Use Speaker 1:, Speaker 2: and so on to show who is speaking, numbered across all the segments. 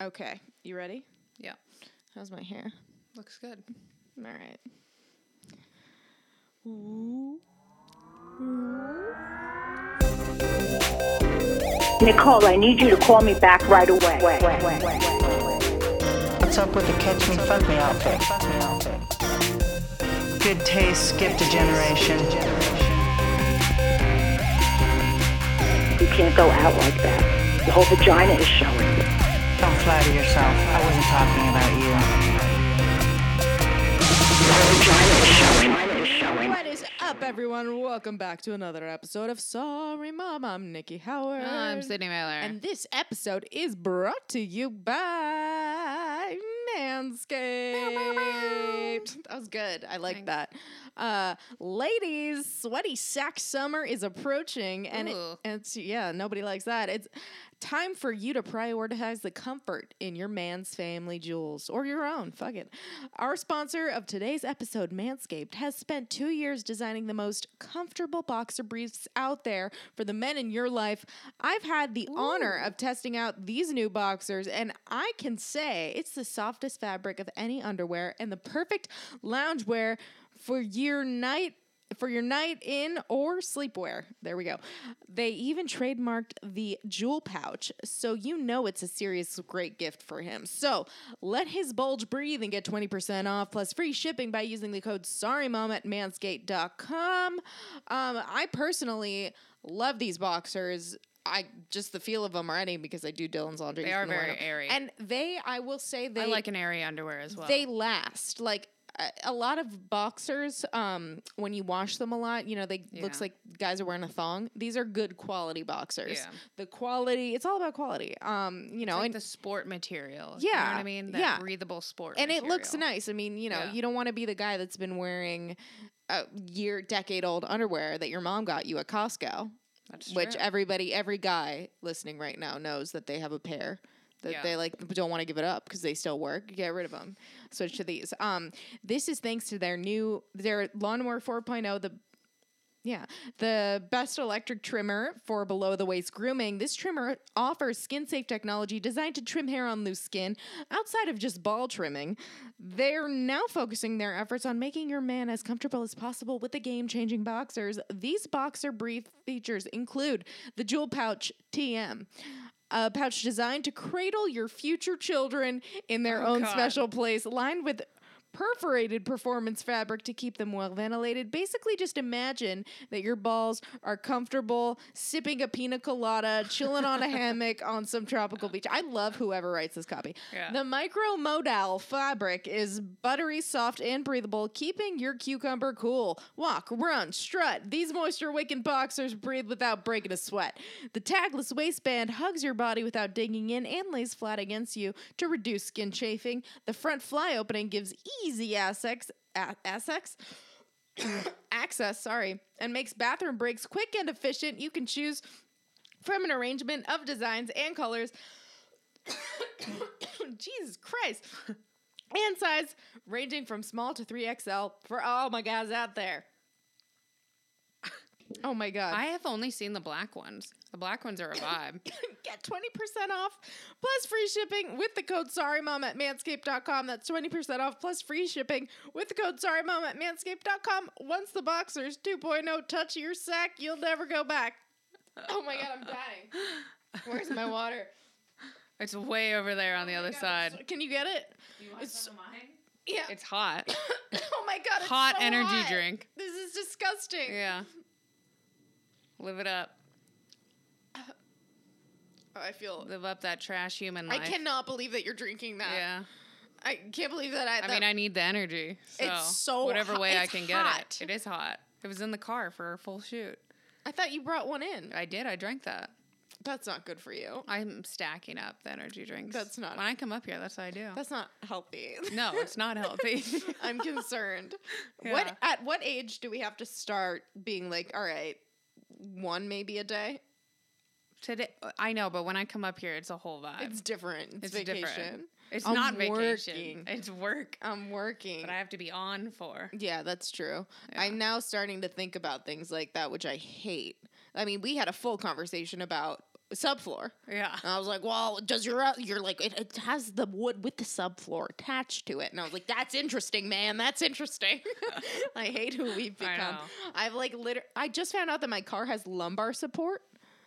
Speaker 1: Okay, you ready?
Speaker 2: Yeah.
Speaker 1: How's my hair?
Speaker 2: Looks good.
Speaker 1: All right.
Speaker 3: Nicole, I need you to call me back right away.
Speaker 4: What's up with the catch me, fuck me outfit? Good taste skipped a generation.
Speaker 3: You can't go out like that. The whole vagina is showing.
Speaker 4: Don't flatter yourself. I wasn't talking about you.
Speaker 1: What is up, everyone? Welcome back to another episode of Sorry Mom. I'm Nikki Howard.
Speaker 2: I'm Sydney Mailer.
Speaker 1: Um, And this episode is brought to you by Manscaped. That was good. I like that. Uh, ladies, sweaty sack summer is approaching, and it-
Speaker 2: Ooh.
Speaker 1: it's yeah, nobody likes that. It's time for you to prioritize the comfort in your man's family jewels or your own. Fuck it. Our sponsor of today's episode, Manscaped, has spent two years designing the most comfortable boxer briefs out there for the men in your life. I've had the honor of testing out these new boxers, and I can say it's the softest fabric of any underwear and the perfect loungewear for your night for your night in or sleepwear. There we go. They even trademarked the jewel pouch, so you know it's a serious great gift for him. So let his bulge breathe and get 20% off plus free shipping by using the code SORRYMOM at manscaped.com. Um, I personally love these boxers. I just the feel of them already because I do Dylan's laundry.
Speaker 2: They
Speaker 1: He's
Speaker 2: are
Speaker 1: gonna wear
Speaker 2: very
Speaker 1: them.
Speaker 2: airy.
Speaker 1: and they. I will say they
Speaker 2: I like an airy underwear as well.
Speaker 1: they last like a- a lot of boxers um when you wash them a lot you know they looks
Speaker 2: Yeah.
Speaker 1: like guys are wearing a thong these are good quality boxers
Speaker 2: Yeah.
Speaker 1: the quality it's all about quality um you know
Speaker 2: like
Speaker 1: and
Speaker 2: the sport material. You know
Speaker 1: Yeah,
Speaker 2: what I mean? That
Speaker 1: yeah.
Speaker 2: breathable sport
Speaker 1: and it looks
Speaker 2: material.
Speaker 1: nice i mean you know
Speaker 2: Yeah.
Speaker 1: you don't want to be the guy that's been wearing a year decade old underwear that your mom got you at costco
Speaker 2: That's
Speaker 1: which
Speaker 2: true.
Speaker 1: everybody every guy listening right now knows that they have a pair that
Speaker 2: Yeah.
Speaker 1: they like don't want to give it up because they still work get rid of them switch to these um this is thanks to their new their lawnmower 4.0 the yeah, the best electric trimmer for below the waist grooming. This trimmer offers skin safe technology designed to trim hair on loose skin outside of just ball trimming. They're now focusing their efforts on making your man as comfortable as possible with the game changing boxers. These boxer brief features include the jewel pouch TM. A pouch designed to cradle your future children in their
Speaker 2: Oh,
Speaker 1: own
Speaker 2: God.
Speaker 1: special place, lined with perforated performance fabric to keep them well ventilated. Basically, just imagine that your balls are comfortable sipping a pina colada, chilling on a hammock on some tropical beach. I love whoever writes this copy.
Speaker 2: Yeah.
Speaker 1: The micro modal fabric is buttery, soft, and breathable, keeping your cucumber cool. Walk, run, strut. These moisture wicking boxers breathe without breaking a sweat. The tagless waistband hugs your body without digging in and lays flat against you to reduce skin chafing. The front fly opening gives easy access, a- access, access, sorry, and makes bathroom breaks quick and efficient. You can choose from an arrangement of designs and colors. Jesus Christ. And size ranging from small to 3XL for all my guys out there. Oh my God.
Speaker 2: I have only seen the black ones. The black ones are a vibe.
Speaker 1: Get 20% off plus free shipping with the code SORRYMOM at manscaped.com. That's 20% off plus free shipping with the code SORRYMOM at manscaped.com. Once the boxers 2.0 touch your sack, you'll never go back. Oh my God, I'm dying. Where's my water?
Speaker 2: it's way over there on the
Speaker 1: Oh
Speaker 2: other side.
Speaker 1: Can you get it? it's, Yeah.
Speaker 2: It's hot.
Speaker 1: oh my God. It's
Speaker 2: hot
Speaker 1: so
Speaker 2: energy
Speaker 1: hot.
Speaker 2: drink.
Speaker 1: This is disgusting.
Speaker 2: Yeah. Live it up.
Speaker 1: Oh, I feel.
Speaker 2: Live up that trash human
Speaker 1: I
Speaker 2: life.
Speaker 1: cannot believe that you're drinking that.
Speaker 2: Yeah.
Speaker 1: I can't believe that I.
Speaker 2: I
Speaker 1: that-
Speaker 2: mean, I need the energy. So
Speaker 1: It's so
Speaker 2: whatever
Speaker 1: hot-
Speaker 2: way I
Speaker 1: it's hot.
Speaker 2: can get it. It is hot. It was in the car for a full shoot.
Speaker 1: I thought you brought one in.
Speaker 2: I did. I drank that.
Speaker 1: That's not good for you.
Speaker 2: I'm stacking up the energy drinks.
Speaker 1: That's not-
Speaker 2: when I come up here. That's what I do.
Speaker 1: That's not healthy.
Speaker 2: no, it's not healthy.
Speaker 1: I'm concerned. What at what age do we have to start being like, all right, one maybe a day?
Speaker 2: Today, I know, but when I come up here, it's a whole vibe.
Speaker 1: It's different. It's,
Speaker 2: It's
Speaker 1: vacation.
Speaker 2: different. It's
Speaker 1: I'm
Speaker 2: not vacation.
Speaker 1: working.
Speaker 2: It's work
Speaker 1: I'm working.
Speaker 2: that I have to be on for.
Speaker 1: yeah, that's true. I'm now starting to think about things like that, which I hate. I mean, we had a full conversation about subfloor.
Speaker 2: Yeah.
Speaker 1: And I was like, well, does your o- you're like it, it has the wood with the subfloor attached to it, and I was like, that's interesting, man. That's interesting. I hate who we've
Speaker 2: I
Speaker 1: become.
Speaker 2: know.
Speaker 1: I've like liter- I just found out that my car has lumbar support.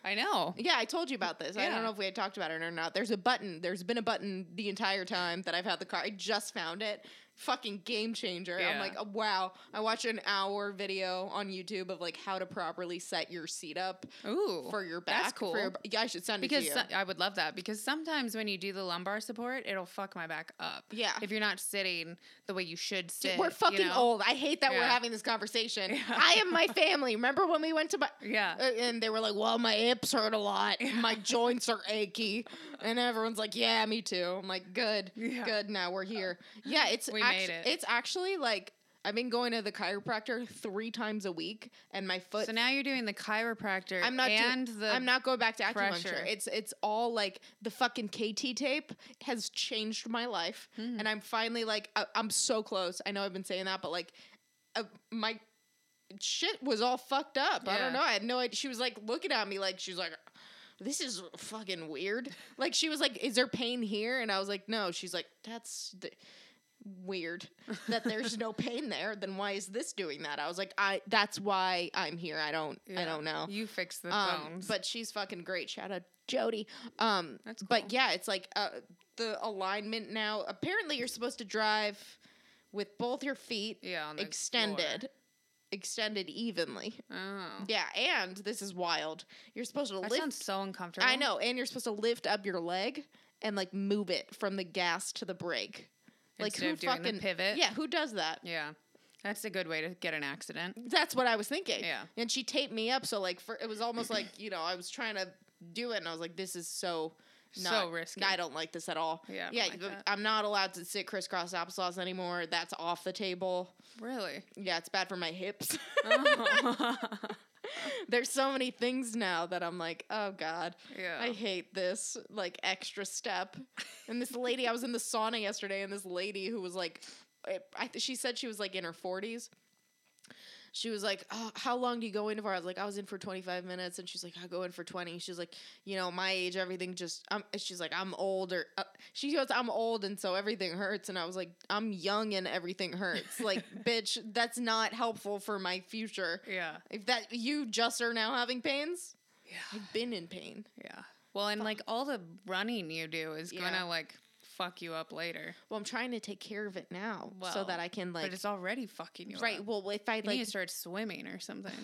Speaker 2: I know.
Speaker 1: Yeah, I told you about this. I
Speaker 2: Yeah.
Speaker 1: don't know if we had talked about it or not. There's a button. There's been a button the entire time that I've had the car. I just found it. Fucking game changer. I'm
Speaker 2: Yeah.
Speaker 1: like, oh, wow. I watched an hour video on YouTube of like how to properly set your seat up
Speaker 2: Ooh.
Speaker 1: for your back.
Speaker 2: That's cool.
Speaker 1: For your, yeah, I should send
Speaker 2: because
Speaker 1: it to you.
Speaker 2: so- I would love that because sometimes when you do the lumbar support, it'll fuck my back up.
Speaker 1: Yeah.
Speaker 2: If you're not sitting the way you should sit.
Speaker 1: Dude, we're
Speaker 2: you
Speaker 1: fucking
Speaker 2: know?
Speaker 1: old. I hate that we're
Speaker 2: Yeah.
Speaker 1: having this conversation. I am my family. Remember when we went to my
Speaker 2: Yeah.
Speaker 1: uh, and they were like, "Well, my hips hurt a lot. My joints are achy," and everyone's like, "Yeah, me too." I'm like, "Good,
Speaker 2: Yeah.
Speaker 1: good. Now we're here." Yeah, it's
Speaker 2: We
Speaker 1: actu-
Speaker 2: made it.
Speaker 1: It's actually like I've been going to the chiropractor three times a week, and my foot.
Speaker 2: So now you're doing the chiropractor
Speaker 1: I'm not. do-
Speaker 2: and the
Speaker 1: I'm not going back to acupuncture.
Speaker 2: pressure.
Speaker 1: It's it's all like the fucking KT tape has changed my life,
Speaker 2: Hmm.
Speaker 1: and I'm finally like I, I'm so close. I know I've been saying that, but like uh, my shit was all fucked up. I
Speaker 2: Yeah.
Speaker 1: don't know. I had no idea. She was like looking at me like she was like. This is fucking weird. Like she was like, "Is there pain here?" And I was like, "No." She's like, "That's the- weird that there's no pain there. Then why is this doing that?" I was like, "I that's why I'm here. I don't I
Speaker 2: Yeah.
Speaker 1: don't know."
Speaker 2: You fix the
Speaker 1: Um,
Speaker 2: bones.
Speaker 1: but she's fucking great. Shout out Jody. Um,
Speaker 2: That's cool.
Speaker 1: But yeah, it's like uh, the alignment now. Apparently, you're supposed to drive with both your feet
Speaker 2: Yeah, on the
Speaker 1: extended,
Speaker 2: floor.
Speaker 1: extended evenly.
Speaker 2: oh.
Speaker 1: Yeah, and this is wild. You're supposed to
Speaker 2: That
Speaker 1: lift.
Speaker 2: sounds so uncomfortable.
Speaker 1: I know, and you're supposed to lift up your leg and like move it from the gas to the brake. Like
Speaker 2: Instead
Speaker 1: who
Speaker 2: of doing the
Speaker 1: fucking
Speaker 2: pivot?
Speaker 1: Yeah, who does that?
Speaker 2: Yeah. That's a good way to get an accident.
Speaker 1: That's what I was thinking.
Speaker 2: Yeah.
Speaker 1: And she taped me up, so like for it was almost like you know I was trying to do it, and I was like, this is so.
Speaker 2: So
Speaker 1: Not,
Speaker 2: risky.
Speaker 1: I don't like this at all.
Speaker 2: Yeah, I don't
Speaker 1: yeah.
Speaker 2: like
Speaker 1: but
Speaker 2: that.
Speaker 1: I'm not allowed to sit crisscross applesauce anymore. That's off the table.
Speaker 2: Really?
Speaker 1: Yeah, it's bad for my hips.
Speaker 2: Oh.
Speaker 1: There's so many things now that I'm like, oh god,
Speaker 2: Yeah.
Speaker 1: I hate this like extra step. And this lady, I was in the sauna yesterday, and this lady who was like, I, I, th- she said she was like in her 40s. She was like, oh, "How long do you go in for?" I was like, "I was in for 25 minutes," and she's like, "I go in for 20." She's like, "You know, my age, everything just." I'm, she's like, "I'm older." Uh, she goes, "I'm old, and so everything hurts." And I was like, "I'm young, and everything hurts." Like, bitch, that's not helpful for my future.
Speaker 2: Yeah.
Speaker 1: If that you just are now having pains, yeah, I've been in pain.
Speaker 2: Yeah. Well, and like all the running you do is
Speaker 1: Yeah.
Speaker 2: gonna like fuck you up later.
Speaker 1: Well, I'm trying to take care of it now
Speaker 2: Well,
Speaker 1: so that I can like
Speaker 2: but it's already fucking you
Speaker 1: right.
Speaker 2: up.
Speaker 1: Well, if I
Speaker 2: You
Speaker 1: like,
Speaker 2: need to start swimming or something.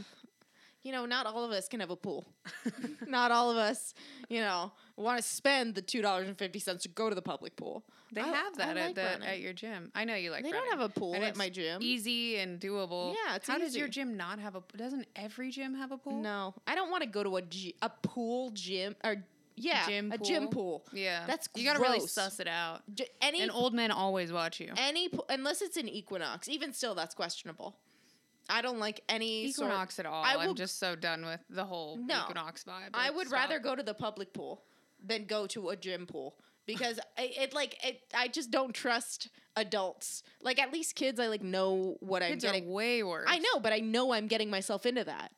Speaker 1: you know, not all of us can have a pool. not all of us, you know, want to spend the two dollars and fifty cents to go to the public pool.
Speaker 2: They
Speaker 1: I-
Speaker 2: have
Speaker 1: I
Speaker 2: that at
Speaker 1: like
Speaker 2: the,
Speaker 1: running.
Speaker 2: at your gym. I know you like.
Speaker 1: They don't
Speaker 2: running.
Speaker 1: have a pool
Speaker 2: And
Speaker 1: at
Speaker 2: it's
Speaker 1: my gym.
Speaker 2: Easy and doable.
Speaker 1: Yeah, it's
Speaker 2: How does your
Speaker 1: easy.
Speaker 2: gym not have a? Doesn't every gym have a pool?
Speaker 1: No, I don't want to go to a gy- a pool gym or yeah,
Speaker 2: Gym
Speaker 1: a gym pool.
Speaker 2: Yeah,
Speaker 1: that's
Speaker 2: you gotta really
Speaker 1: gross.
Speaker 2: suss it out.
Speaker 1: J- any
Speaker 2: And old men always watch you.
Speaker 1: any pool, unless it's an equinox. Even still, that's questionable. I don't like any sort-
Speaker 2: Equinox at all.
Speaker 1: I
Speaker 2: I'm
Speaker 1: will-
Speaker 2: just so done with the whole
Speaker 1: No.
Speaker 2: Equinox vibe.
Speaker 1: I
Speaker 2: Like,
Speaker 1: would
Speaker 2: stop.
Speaker 1: rather go to the public pool than go to a gym pool because I, it like it, I just don't trust adults. Like at least kids, I like know what
Speaker 2: Kids
Speaker 1: I'm
Speaker 2: are
Speaker 1: getting.
Speaker 2: way worse.
Speaker 1: I know, but I know I'm getting myself into that.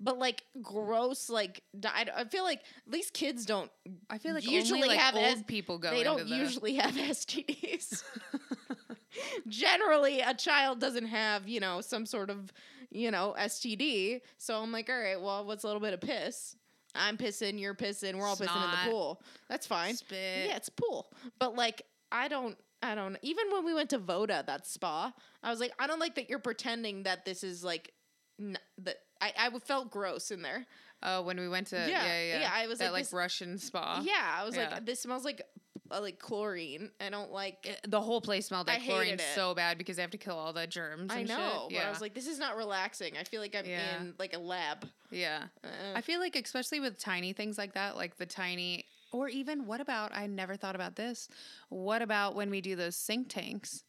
Speaker 1: But like gross, like di- I, I feel like at least kids don't.
Speaker 2: I feel like
Speaker 1: usually
Speaker 2: only, like,
Speaker 1: have
Speaker 2: old
Speaker 1: S-
Speaker 2: people go.
Speaker 1: they don't
Speaker 2: into the-
Speaker 1: usually have STDs. Generally, a child doesn't have you know some sort of you know STD. So I'm like, all right, well, what's a little bit of piss? I'm pissing, you're pissing, we're all pissing in
Speaker 2: Snot.
Speaker 1: the pool. That's fine.
Speaker 2: Spit.
Speaker 1: Yeah, it's a pool. But like, I don't, I don't. Even when we went to Voda, that spa, I was like, I don't like that you're pretending that this is like, n- that I, I felt gross in there.
Speaker 2: Oh, when we went to yeah,
Speaker 1: Yeah,
Speaker 2: yeah, yeah,
Speaker 1: yeah, I was
Speaker 2: that
Speaker 1: like,
Speaker 2: like
Speaker 1: this-
Speaker 2: Russian spa.
Speaker 1: yeah, I was
Speaker 2: yeah.
Speaker 1: like, this smells like, uh, like chlorine. I don't like.
Speaker 2: It- the whole place smelled
Speaker 1: I
Speaker 2: like chlorine
Speaker 1: hated it.
Speaker 2: so bad because they have to kill all the germs.
Speaker 1: I
Speaker 2: and shit.
Speaker 1: know, but
Speaker 2: yeah,
Speaker 1: I was like, this is not relaxing. I feel like I'm
Speaker 2: Yeah.
Speaker 1: in like a lab.
Speaker 2: yeah.
Speaker 1: Uh,
Speaker 2: I feel like especially with tiny things like that, like the tiny, or even what about? I never thought about this. What about when we do those sink tanks?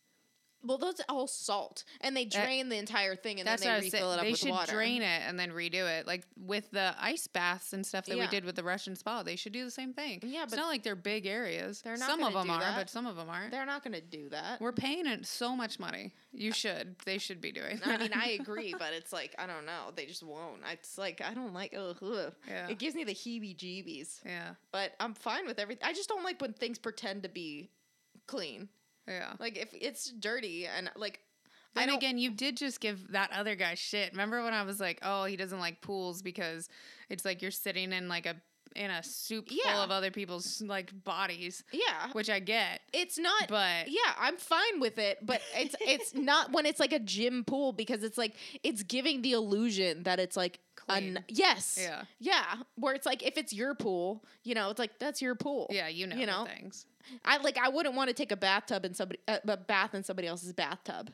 Speaker 1: Well, that's all salt, and they
Speaker 2: That-
Speaker 1: drain the entire thing, and then
Speaker 2: That's what
Speaker 1: they
Speaker 2: I was
Speaker 1: refill
Speaker 2: saying.
Speaker 1: it up
Speaker 2: They
Speaker 1: with
Speaker 2: should
Speaker 1: water.
Speaker 2: drain it and then redo it, like with the ice baths and stuff that
Speaker 1: Yeah.
Speaker 2: we did with the Russian spa. They should do the same thing.
Speaker 1: Yeah,
Speaker 2: it's
Speaker 1: but
Speaker 2: not like they're big areas.
Speaker 1: they're not
Speaker 2: some of
Speaker 1: gonna
Speaker 2: them
Speaker 1: do
Speaker 2: are,
Speaker 1: that.
Speaker 2: but some of them aren't.
Speaker 1: They're not going to do that.
Speaker 2: We're paying it so much money. You should. They should be doing.
Speaker 1: I
Speaker 2: That.
Speaker 1: mean, I agree, but it's like I don't know. They just won't. It's like I don't like. Ugh, ugh.
Speaker 2: Yeah.
Speaker 1: It gives me the heebie-jeebies.
Speaker 2: yeah,
Speaker 1: But I'm fine with everything. I just don't like when things pretend to be clean.
Speaker 2: yeah.
Speaker 1: Like if it's dirty and like I
Speaker 2: Then
Speaker 1: don't.
Speaker 2: again, you did just give that other guy shit. Remember when I was like, "Oh, he doesn't like pools because it's like you're sitting in like a in a soup
Speaker 1: Yeah.
Speaker 2: full of other people's like bodies,"
Speaker 1: yeah,
Speaker 2: which I get,
Speaker 1: it's not.
Speaker 2: but
Speaker 1: yeah, I'm fine with it, but it's it's not when it's like a gym pool because it's like it's giving the illusion that it's like
Speaker 2: Clean.
Speaker 1: yes,
Speaker 2: yeah,
Speaker 1: yeah, where it's like if it's your pool, you know, it's like that's your pool.
Speaker 2: yeah, you know,
Speaker 1: You know.
Speaker 2: things.
Speaker 1: I like I wouldn't want to take a bathtub in somebody uh, a bath in somebody else's bathtub.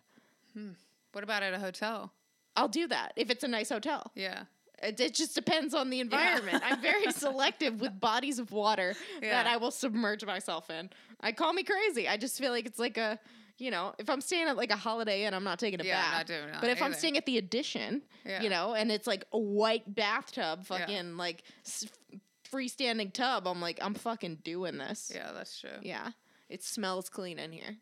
Speaker 2: What about at a hotel?
Speaker 1: I'll do that if it's a nice hotel.
Speaker 2: Yeah.
Speaker 1: It, it just depends on the environment. I'm very selective with bodies of water that
Speaker 2: Yeah.
Speaker 1: I will submerge myself in. I call me crazy. I just feel like it's like a, you know, if I'm staying at like a Holiday Inn, I'm not taking a
Speaker 2: Yeah,
Speaker 1: bath.
Speaker 2: I'm not doing that
Speaker 1: but if I'm
Speaker 2: either.
Speaker 1: staying at the Addition,
Speaker 2: Yeah.
Speaker 1: you know, and it's like a white bathtub, fucking like s- freestanding tub, I'm like, I'm fucking doing this.
Speaker 2: Yeah, that's true. Yeah.
Speaker 1: yeah. It smells clean in here.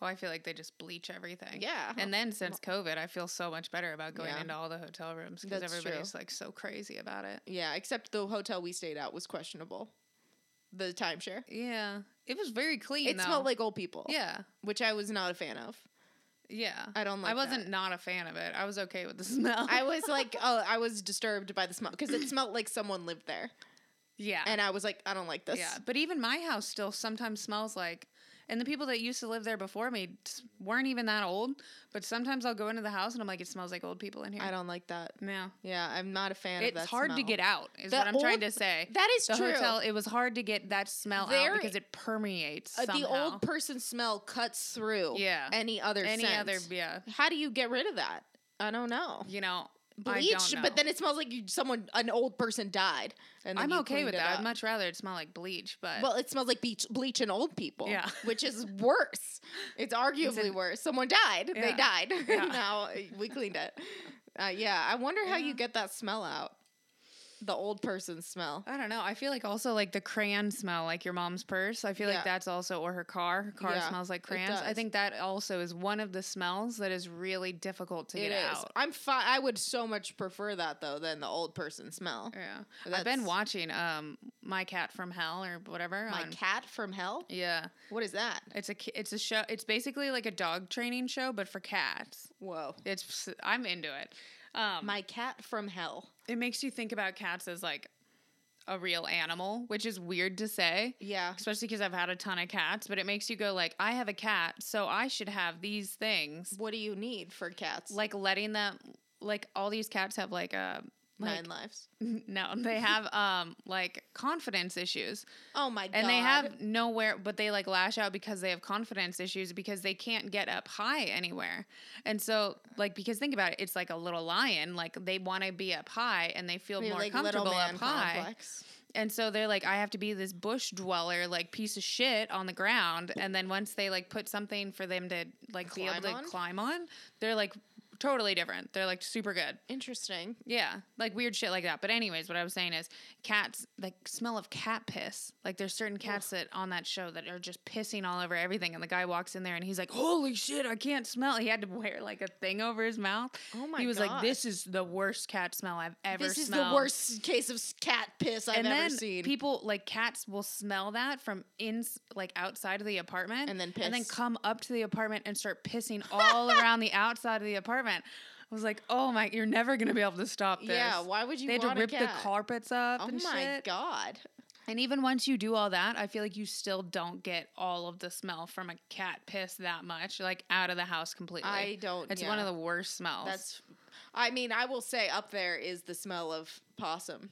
Speaker 2: Well, I feel like they just bleach everything.
Speaker 1: Yeah.
Speaker 2: And then since COVID, I feel so much better about going
Speaker 1: Yeah.
Speaker 2: into all the hotel rooms because
Speaker 1: That's
Speaker 2: everybody's like so crazy about it.
Speaker 1: Yeah, except the hotel we stayed at was questionable. The timeshare.
Speaker 2: Yeah. It was very clean.
Speaker 1: It
Speaker 2: though.
Speaker 1: smelled like old people.
Speaker 2: Yeah.
Speaker 1: Which I was not a fan of.
Speaker 2: Yeah.
Speaker 1: I don't like
Speaker 2: I
Speaker 1: that.
Speaker 2: wasn't not a fan of it. I was okay with the smell.
Speaker 1: I was like, oh, I was disturbed by the smell because it smelled like someone lived there.
Speaker 2: yeah.
Speaker 1: And I was like, I don't like this.
Speaker 2: yeah. But even my house still sometimes smells like and the people that used to live there before me s- weren't even that old, but sometimes I'll go into the house and I'm like, it smells like old people in here.
Speaker 1: I don't like that.
Speaker 2: No.
Speaker 1: Yeah, I'm not a fan of that.
Speaker 2: It's hard to
Speaker 1: smell.
Speaker 2: get out, is
Speaker 1: The
Speaker 2: what I'm trying
Speaker 1: old-
Speaker 2: to say.
Speaker 1: That is
Speaker 2: the
Speaker 1: true.
Speaker 2: hotel, it was hard to get that smell
Speaker 1: There-
Speaker 2: out because it permeates
Speaker 1: Uh, the
Speaker 2: somehow.
Speaker 1: old person smell cuts through
Speaker 2: Yeah.
Speaker 1: any other
Speaker 2: any
Speaker 1: scent.
Speaker 2: other yeah,
Speaker 1: How do you get rid of that? I don't know.
Speaker 2: you know, I don't
Speaker 1: Bleach,
Speaker 2: know.
Speaker 1: but then it smells like you, someone, an old person died. And then
Speaker 2: I'm
Speaker 1: you
Speaker 2: okay
Speaker 1: cleaned
Speaker 2: with
Speaker 1: it
Speaker 2: that.
Speaker 1: up.
Speaker 2: I'd much rather it smell like bleach, but
Speaker 1: Well, it smells like beach, bleach and old people.
Speaker 2: Uh, Yeah.
Speaker 1: Which is worse. It's arguably worse. Someone died. They
Speaker 2: Yeah.
Speaker 1: died.
Speaker 2: Yeah.
Speaker 1: now uh, we cleaned it. Uh, yeah. I wonder how you get that smell out. The old person smell.
Speaker 2: I don't know. I feel like also like the crayon smell, like your mom's purse. I feel
Speaker 1: Yeah.
Speaker 2: like that's also, or her car. Her car
Speaker 1: Yeah,
Speaker 2: smells like
Speaker 1: it
Speaker 2: crayons. I
Speaker 1: does.
Speaker 2: think that also is one of the smells that is really difficult to
Speaker 1: It
Speaker 2: get
Speaker 1: is.
Speaker 2: out.
Speaker 1: I'm fine. I would so much prefer that though than the old person smell.
Speaker 2: Yeah, I've
Speaker 1: That's-
Speaker 2: been watching um my cat from hell or whatever.
Speaker 1: My
Speaker 2: on,
Speaker 1: cat from hell?
Speaker 2: Yeah,
Speaker 1: What is that?
Speaker 2: it's a ki- it's a show. It's basically like a dog training show, but for cats.
Speaker 1: Whoa.
Speaker 2: It's I'm into it. Um,
Speaker 1: My cat from hell.
Speaker 2: it makes you think about cats as like a real animal, which is weird to say.
Speaker 1: Yeah.
Speaker 2: especially because I've had a ton of cats, but it makes you go like, I have a cat, so I should have these things.
Speaker 1: What do you need for cats?
Speaker 2: Like letting them, like all these cats have like a like,
Speaker 1: nine lives.
Speaker 2: no, they have um like confidence issues,
Speaker 1: Oh my god.
Speaker 2: and they have nowhere, but they like lash out because they have confidence issues because they can't get up high anywhere, and so like because think about it, it's like a little lion, like they want to be up high and they feel
Speaker 1: You're
Speaker 2: more
Speaker 1: like little
Speaker 2: comfortable
Speaker 1: man
Speaker 2: up high.
Speaker 1: complex.
Speaker 2: And so they're like, I have to be this bush dweller, like piece of shit on the ground. And then once they like put something for them to like be able
Speaker 1: Climb
Speaker 2: to
Speaker 1: on?
Speaker 2: climb on, they're like totally different. They're like super good.
Speaker 1: Interesting.
Speaker 2: Yeah. Like weird shit like that. But anyways, what I was saying is cats like smell of cat piss. Like there's certain cats that on that show that are just pissing all over everything. And the guy walks in there and he's like, Holy shit, I can't smell. He had to wear like a thing over his mouth.
Speaker 1: Oh my
Speaker 2: He was
Speaker 1: God.
Speaker 2: like, This is the worst cat smell I've ever
Speaker 1: This is
Speaker 2: smelled."
Speaker 1: the worst case of s- cat piss I've
Speaker 2: and
Speaker 1: ever
Speaker 2: then
Speaker 1: seen.
Speaker 2: people like cats will smell that from in like outside of the apartment
Speaker 1: And then
Speaker 2: and then
Speaker 1: piss.
Speaker 2: come up to the apartment and start pissing all around the outside of the apartment i was like oh my you're never gonna be able to stop this
Speaker 1: Yeah, why would you
Speaker 2: they had to
Speaker 1: want a
Speaker 2: rip
Speaker 1: cat?
Speaker 2: the carpets up
Speaker 1: oh
Speaker 2: and
Speaker 1: my
Speaker 2: shit.
Speaker 1: god.
Speaker 2: and even once you do all that i feel like you still don't get all of the smell from a cat piss that much like out of the house completely
Speaker 1: I don't-
Speaker 2: it's one
Speaker 1: yeah.
Speaker 2: of the worst smells
Speaker 1: That's I mean, I will say up there is the smell of possum.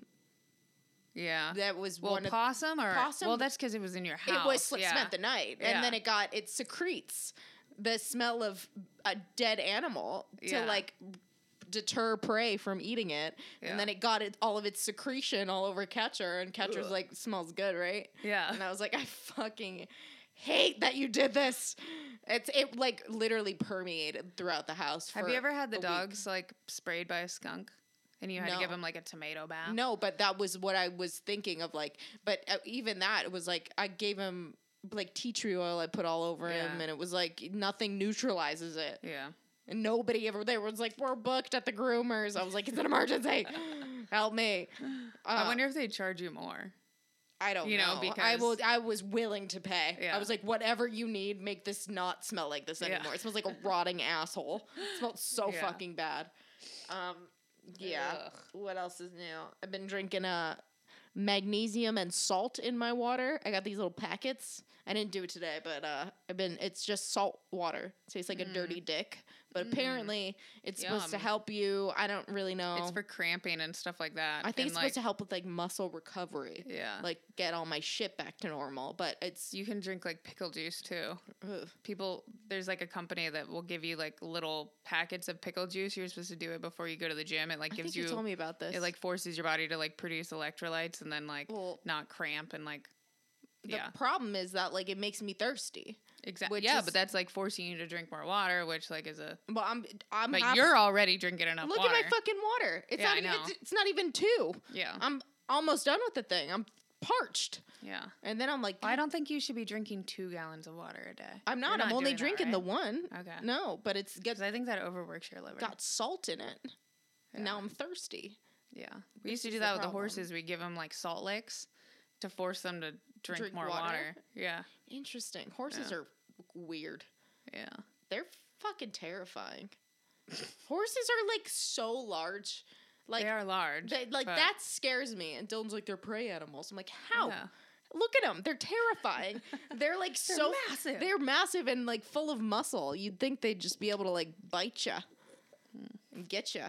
Speaker 2: yeah
Speaker 1: That was
Speaker 2: Uh, well
Speaker 1: one of
Speaker 2: possum or
Speaker 1: possum-
Speaker 2: well that's because it was in your house
Speaker 1: it was Slick
Speaker 2: yeah.
Speaker 1: Smith the night. And
Speaker 2: Yeah.
Speaker 1: then it got it secretes the smell of a dead animal to
Speaker 2: Yeah.
Speaker 1: like deter prey from eating it.
Speaker 2: Yeah.
Speaker 1: And then it got it, all of its secretion all over Catcher and Catcher's like smells good, right?
Speaker 2: yeah
Speaker 1: And I was like, I fucking hate that you did this. It's it like literally permeated throughout the house.
Speaker 2: Have you
Speaker 1: for
Speaker 2: ever had the
Speaker 1: a week.
Speaker 2: dogs like sprayed by a skunk, and you had to give
Speaker 1: No.
Speaker 2: them like a tomato bath?
Speaker 1: No, but that was what I was thinking of. Like, but uh, even that was like I gave him like tea tree oil I put all over him,
Speaker 2: Yeah.
Speaker 1: and it was like nothing neutralizes it.
Speaker 2: Yeah.
Speaker 1: And nobody ever there was like we're booked at the groomers. I was like it's an emergency. Help me.
Speaker 2: I
Speaker 1: Uh,
Speaker 2: wonder if they charge you more.
Speaker 1: I don't
Speaker 2: you know,
Speaker 1: know, I
Speaker 2: because-
Speaker 1: was I was willing to pay. I
Speaker 2: Yeah.
Speaker 1: was like, whatever you need, make this not smell like this
Speaker 2: Yeah.
Speaker 1: anymore. It smells like a rotting asshole. It smelled so
Speaker 2: Yeah.
Speaker 1: fucking bad. Um, yeah.
Speaker 2: Ugh.
Speaker 1: What else is new? I've been drinking uh magnesium and salt in my water. I got these little packets. I didn't do it today, but uh, I've been. It's just salt water. tastes like a dirty dick, but apparently it's supposed to
Speaker 2: Mm. Mm-hmm. Yum.
Speaker 1: help you. I don't really know.
Speaker 2: It's for cramping and stuff like that.
Speaker 1: I think
Speaker 2: and,
Speaker 1: it's
Speaker 2: like,
Speaker 1: supposed to help with like muscle recovery
Speaker 2: Yeah.
Speaker 1: like get all my shit back to normal. But it's
Speaker 2: you can drink like pickle juice too.
Speaker 1: ugh.
Speaker 2: People, there's like a company that will give you like little packets of pickle juice. You're supposed to do it before you go to the gym. It like
Speaker 1: I
Speaker 2: gives
Speaker 1: think you, told me about this.
Speaker 2: it like forces your body to like produce electrolytes and then like
Speaker 1: Well-
Speaker 2: not cramp and like
Speaker 1: the
Speaker 2: yeah
Speaker 1: problem is that like it makes me thirsty.
Speaker 2: exactly
Speaker 1: which
Speaker 2: yeah
Speaker 1: is-
Speaker 2: but that's like forcing you to drink more water which like is a
Speaker 1: But I'm I'm
Speaker 2: but
Speaker 1: half-
Speaker 2: you're already drinking enough
Speaker 1: look
Speaker 2: water
Speaker 1: at my fucking water. It's
Speaker 2: Yeah,
Speaker 1: not
Speaker 2: I
Speaker 1: even
Speaker 2: know.
Speaker 1: it's, it's not even two.
Speaker 2: yeah
Speaker 1: I'm almost done with the thing. I'm parched,
Speaker 2: yeah
Speaker 1: and then I'm like,
Speaker 2: I don't think you should be drinking two gallons of water a day
Speaker 1: I'm not. I'm only drinking the one.
Speaker 2: the okay
Speaker 1: No, but it's got,
Speaker 2: 'Cause I think that overworks your liver
Speaker 1: got salt in it. And now
Speaker 2: Yeah.
Speaker 1: I'm thirsty.
Speaker 2: yeah we used to
Speaker 1: is
Speaker 2: do
Speaker 1: the
Speaker 2: that with the
Speaker 1: problem.
Speaker 2: horses we give them like salt licks to force them to drink,
Speaker 1: Drink
Speaker 2: more
Speaker 1: water?
Speaker 2: water. yeah
Speaker 1: Interesting. Horses
Speaker 2: Yeah.
Speaker 1: are weird.
Speaker 2: yeah
Speaker 1: They're fucking terrifying. Horses are like so large. Like
Speaker 2: they are large
Speaker 1: They, like
Speaker 2: but-
Speaker 1: that scares me. And Dylan's like they're prey animals. I'm like, how?
Speaker 2: yeah.
Speaker 1: Look at them. They're terrifying. they're like so
Speaker 2: massive.
Speaker 1: They're massive and like full of muscle. You'd think they'd just be able to like bite you and get you.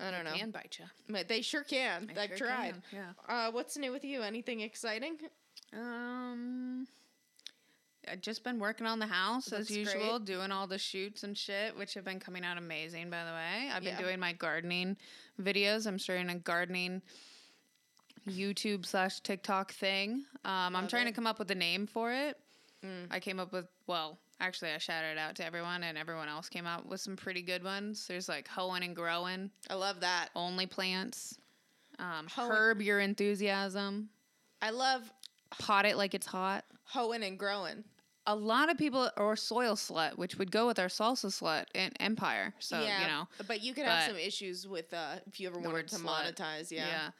Speaker 1: I don't know.
Speaker 2: Hmm. can bite you
Speaker 1: But they sure can. I've tried.
Speaker 2: yeah
Speaker 1: Uh, what's new with you? Anything exciting?
Speaker 2: Um, I've just been working on the house
Speaker 1: That's
Speaker 2: as usual, doing all the shoots and shit, which have been coming out amazing, by the way. I've
Speaker 1: Yeah.
Speaker 2: been doing my gardening videos. I'm starting a gardening YouTube slash TikTok thing. Um, I'm trying
Speaker 1: it. Mm.
Speaker 2: to come up with a name for it. I came up with, well, actually, I shouted it out to everyone, and everyone else came out with some pretty good ones. There's like hoeing and growing,
Speaker 1: I love that.
Speaker 2: only plants, um,
Speaker 1: Hoeing-
Speaker 2: curb your enthusiasm,
Speaker 1: I love
Speaker 2: pot it like it's hot
Speaker 1: hoeing and growing.
Speaker 2: a lot of people are soil slut, which would go with our salsa slut and empire. So Oh, you know,
Speaker 1: But you could have
Speaker 2: but-
Speaker 1: some issues with uh, if you ever
Speaker 2: The
Speaker 1: wanted
Speaker 2: word
Speaker 1: to
Speaker 2: slut.
Speaker 1: monetize.
Speaker 2: yeah,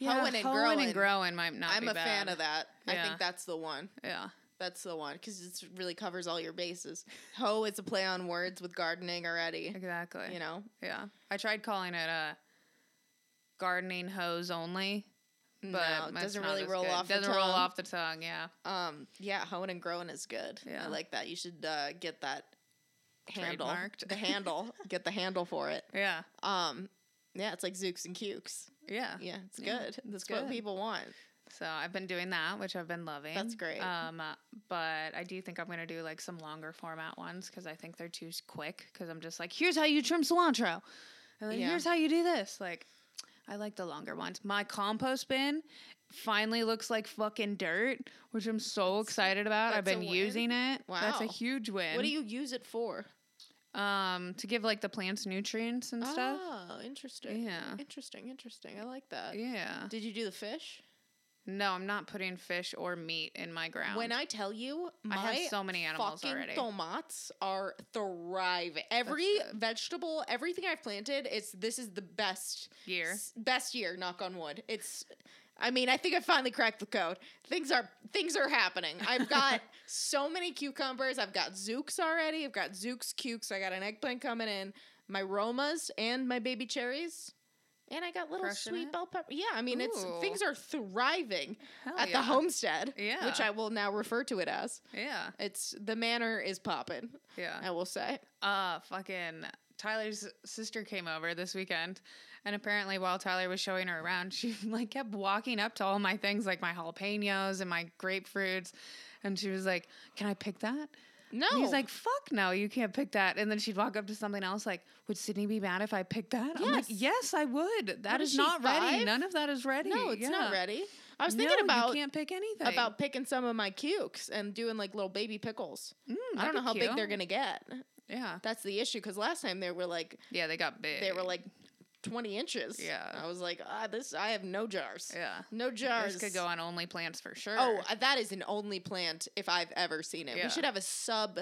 Speaker 1: Hoeing and
Speaker 2: hoeing
Speaker 1: growing.
Speaker 2: and growing might not.
Speaker 1: I'm
Speaker 2: be
Speaker 1: a fan
Speaker 2: bad.
Speaker 1: of that. I
Speaker 2: Yeah.
Speaker 1: think that's the one.
Speaker 2: Yeah,
Speaker 1: That's the one because it really covers all your bases. Hoe is a play on words with gardening already.
Speaker 2: exactly.
Speaker 1: You know,
Speaker 2: yeah. I tried calling it uh, gardening hose only, but
Speaker 1: no, it
Speaker 2: that's
Speaker 1: doesn't
Speaker 2: not
Speaker 1: really
Speaker 2: as
Speaker 1: roll
Speaker 2: good.
Speaker 1: off.
Speaker 2: Doesn't
Speaker 1: the
Speaker 2: roll
Speaker 1: tongue.
Speaker 2: off the tongue. Yeah,
Speaker 1: Um, yeah, hoeing and growing is good. I
Speaker 2: Yeah.
Speaker 1: like that. You should uh, get that handle,
Speaker 2: Trademarked.
Speaker 1: the handle, get the handle for it.
Speaker 2: yeah,
Speaker 1: Um, yeah, it's like zooks and cukes.
Speaker 2: yeah.
Speaker 1: Yeah, it's
Speaker 2: Yeah,
Speaker 1: good.
Speaker 2: it's
Speaker 1: That's what
Speaker 2: good.
Speaker 1: people want.
Speaker 2: So I've been doing that, which I've been loving.
Speaker 1: That's great.
Speaker 2: Um, uh, but I do think I'm gonna do like some longer format ones because I think they're too s- quick. Because I'm just like, here's how you trim cilantro, and then
Speaker 1: Yeah.
Speaker 2: here's how you do this. Like, I like the longer ones. My compost bin finally looks like fucking dirt, which I'm so excited about. I've
Speaker 1: that's a
Speaker 2: been using it. that's a
Speaker 1: Wow.
Speaker 2: huge win.
Speaker 1: What do you use it for?
Speaker 2: um to give like the plants nutrients and stuff?
Speaker 1: Oh, interesting.
Speaker 2: Yeah.
Speaker 1: interesting, interesting. I like that.
Speaker 2: Yeah.
Speaker 1: Did you do the fish?
Speaker 2: No, I'm not putting fish or meat in my ground.
Speaker 1: When I tell you, my
Speaker 2: I have so many animals
Speaker 1: fucking
Speaker 2: already.
Speaker 1: tomats are thriving. Every vegetable, everything I've planted, it's this is the best
Speaker 2: year.
Speaker 1: s- best year. Knock on wood. It's. I mean, I think I finally cracked the code. Things are things are happening. I've got so many cucumbers. I've got zooks already. I've got zooks, cukes. I got an eggplant coming in. My romas and my baby cherries. And I got little
Speaker 2: Crushing
Speaker 1: sweet
Speaker 2: it?
Speaker 1: bell pepper. Yeah, I mean, it's
Speaker 2: Ooh.
Speaker 1: things are thriving
Speaker 2: Hell
Speaker 1: at the
Speaker 2: yeah.
Speaker 1: homestead, which
Speaker 2: Yeah.
Speaker 1: I will now refer to it as.
Speaker 2: Yeah.
Speaker 1: It's the manor is popping.
Speaker 2: Yeah.
Speaker 1: I will say.
Speaker 2: uh fucking Tyler's sister came over this weekend and apparently while Tyler was showing her around she like kept walking up to all my things like my jalapenos and my grapefruits and she was like can I pick that
Speaker 1: No,
Speaker 2: and he's like fuck no you can't pick that and then she'd walk up to something else like would Sydney be mad if I picked that I'm like
Speaker 1: Yes.
Speaker 2: yes I would that
Speaker 1: is
Speaker 2: is
Speaker 1: she,
Speaker 2: not ready
Speaker 1: five?
Speaker 2: none of that is ready
Speaker 1: no, it's not
Speaker 2: Yeah.
Speaker 1: ready. I was thinking about
Speaker 2: you can't pick anything
Speaker 1: about picking some of my cukes and doing like little baby pickles.
Speaker 2: Mm,
Speaker 1: I don't know how big they're gonna get.
Speaker 2: Yeah,
Speaker 1: That's the issue because last time they were like
Speaker 2: yeah, they got big.
Speaker 1: they were like twenty inches.
Speaker 2: Yeah.
Speaker 1: I was like, ah, this I have no jars.
Speaker 2: Yeah.
Speaker 1: no jars.
Speaker 2: Ours could go on Only Plants for sure.
Speaker 1: Oh, uh, that is an only plant if I've ever seen it.
Speaker 2: Yeah.
Speaker 1: We should have a sub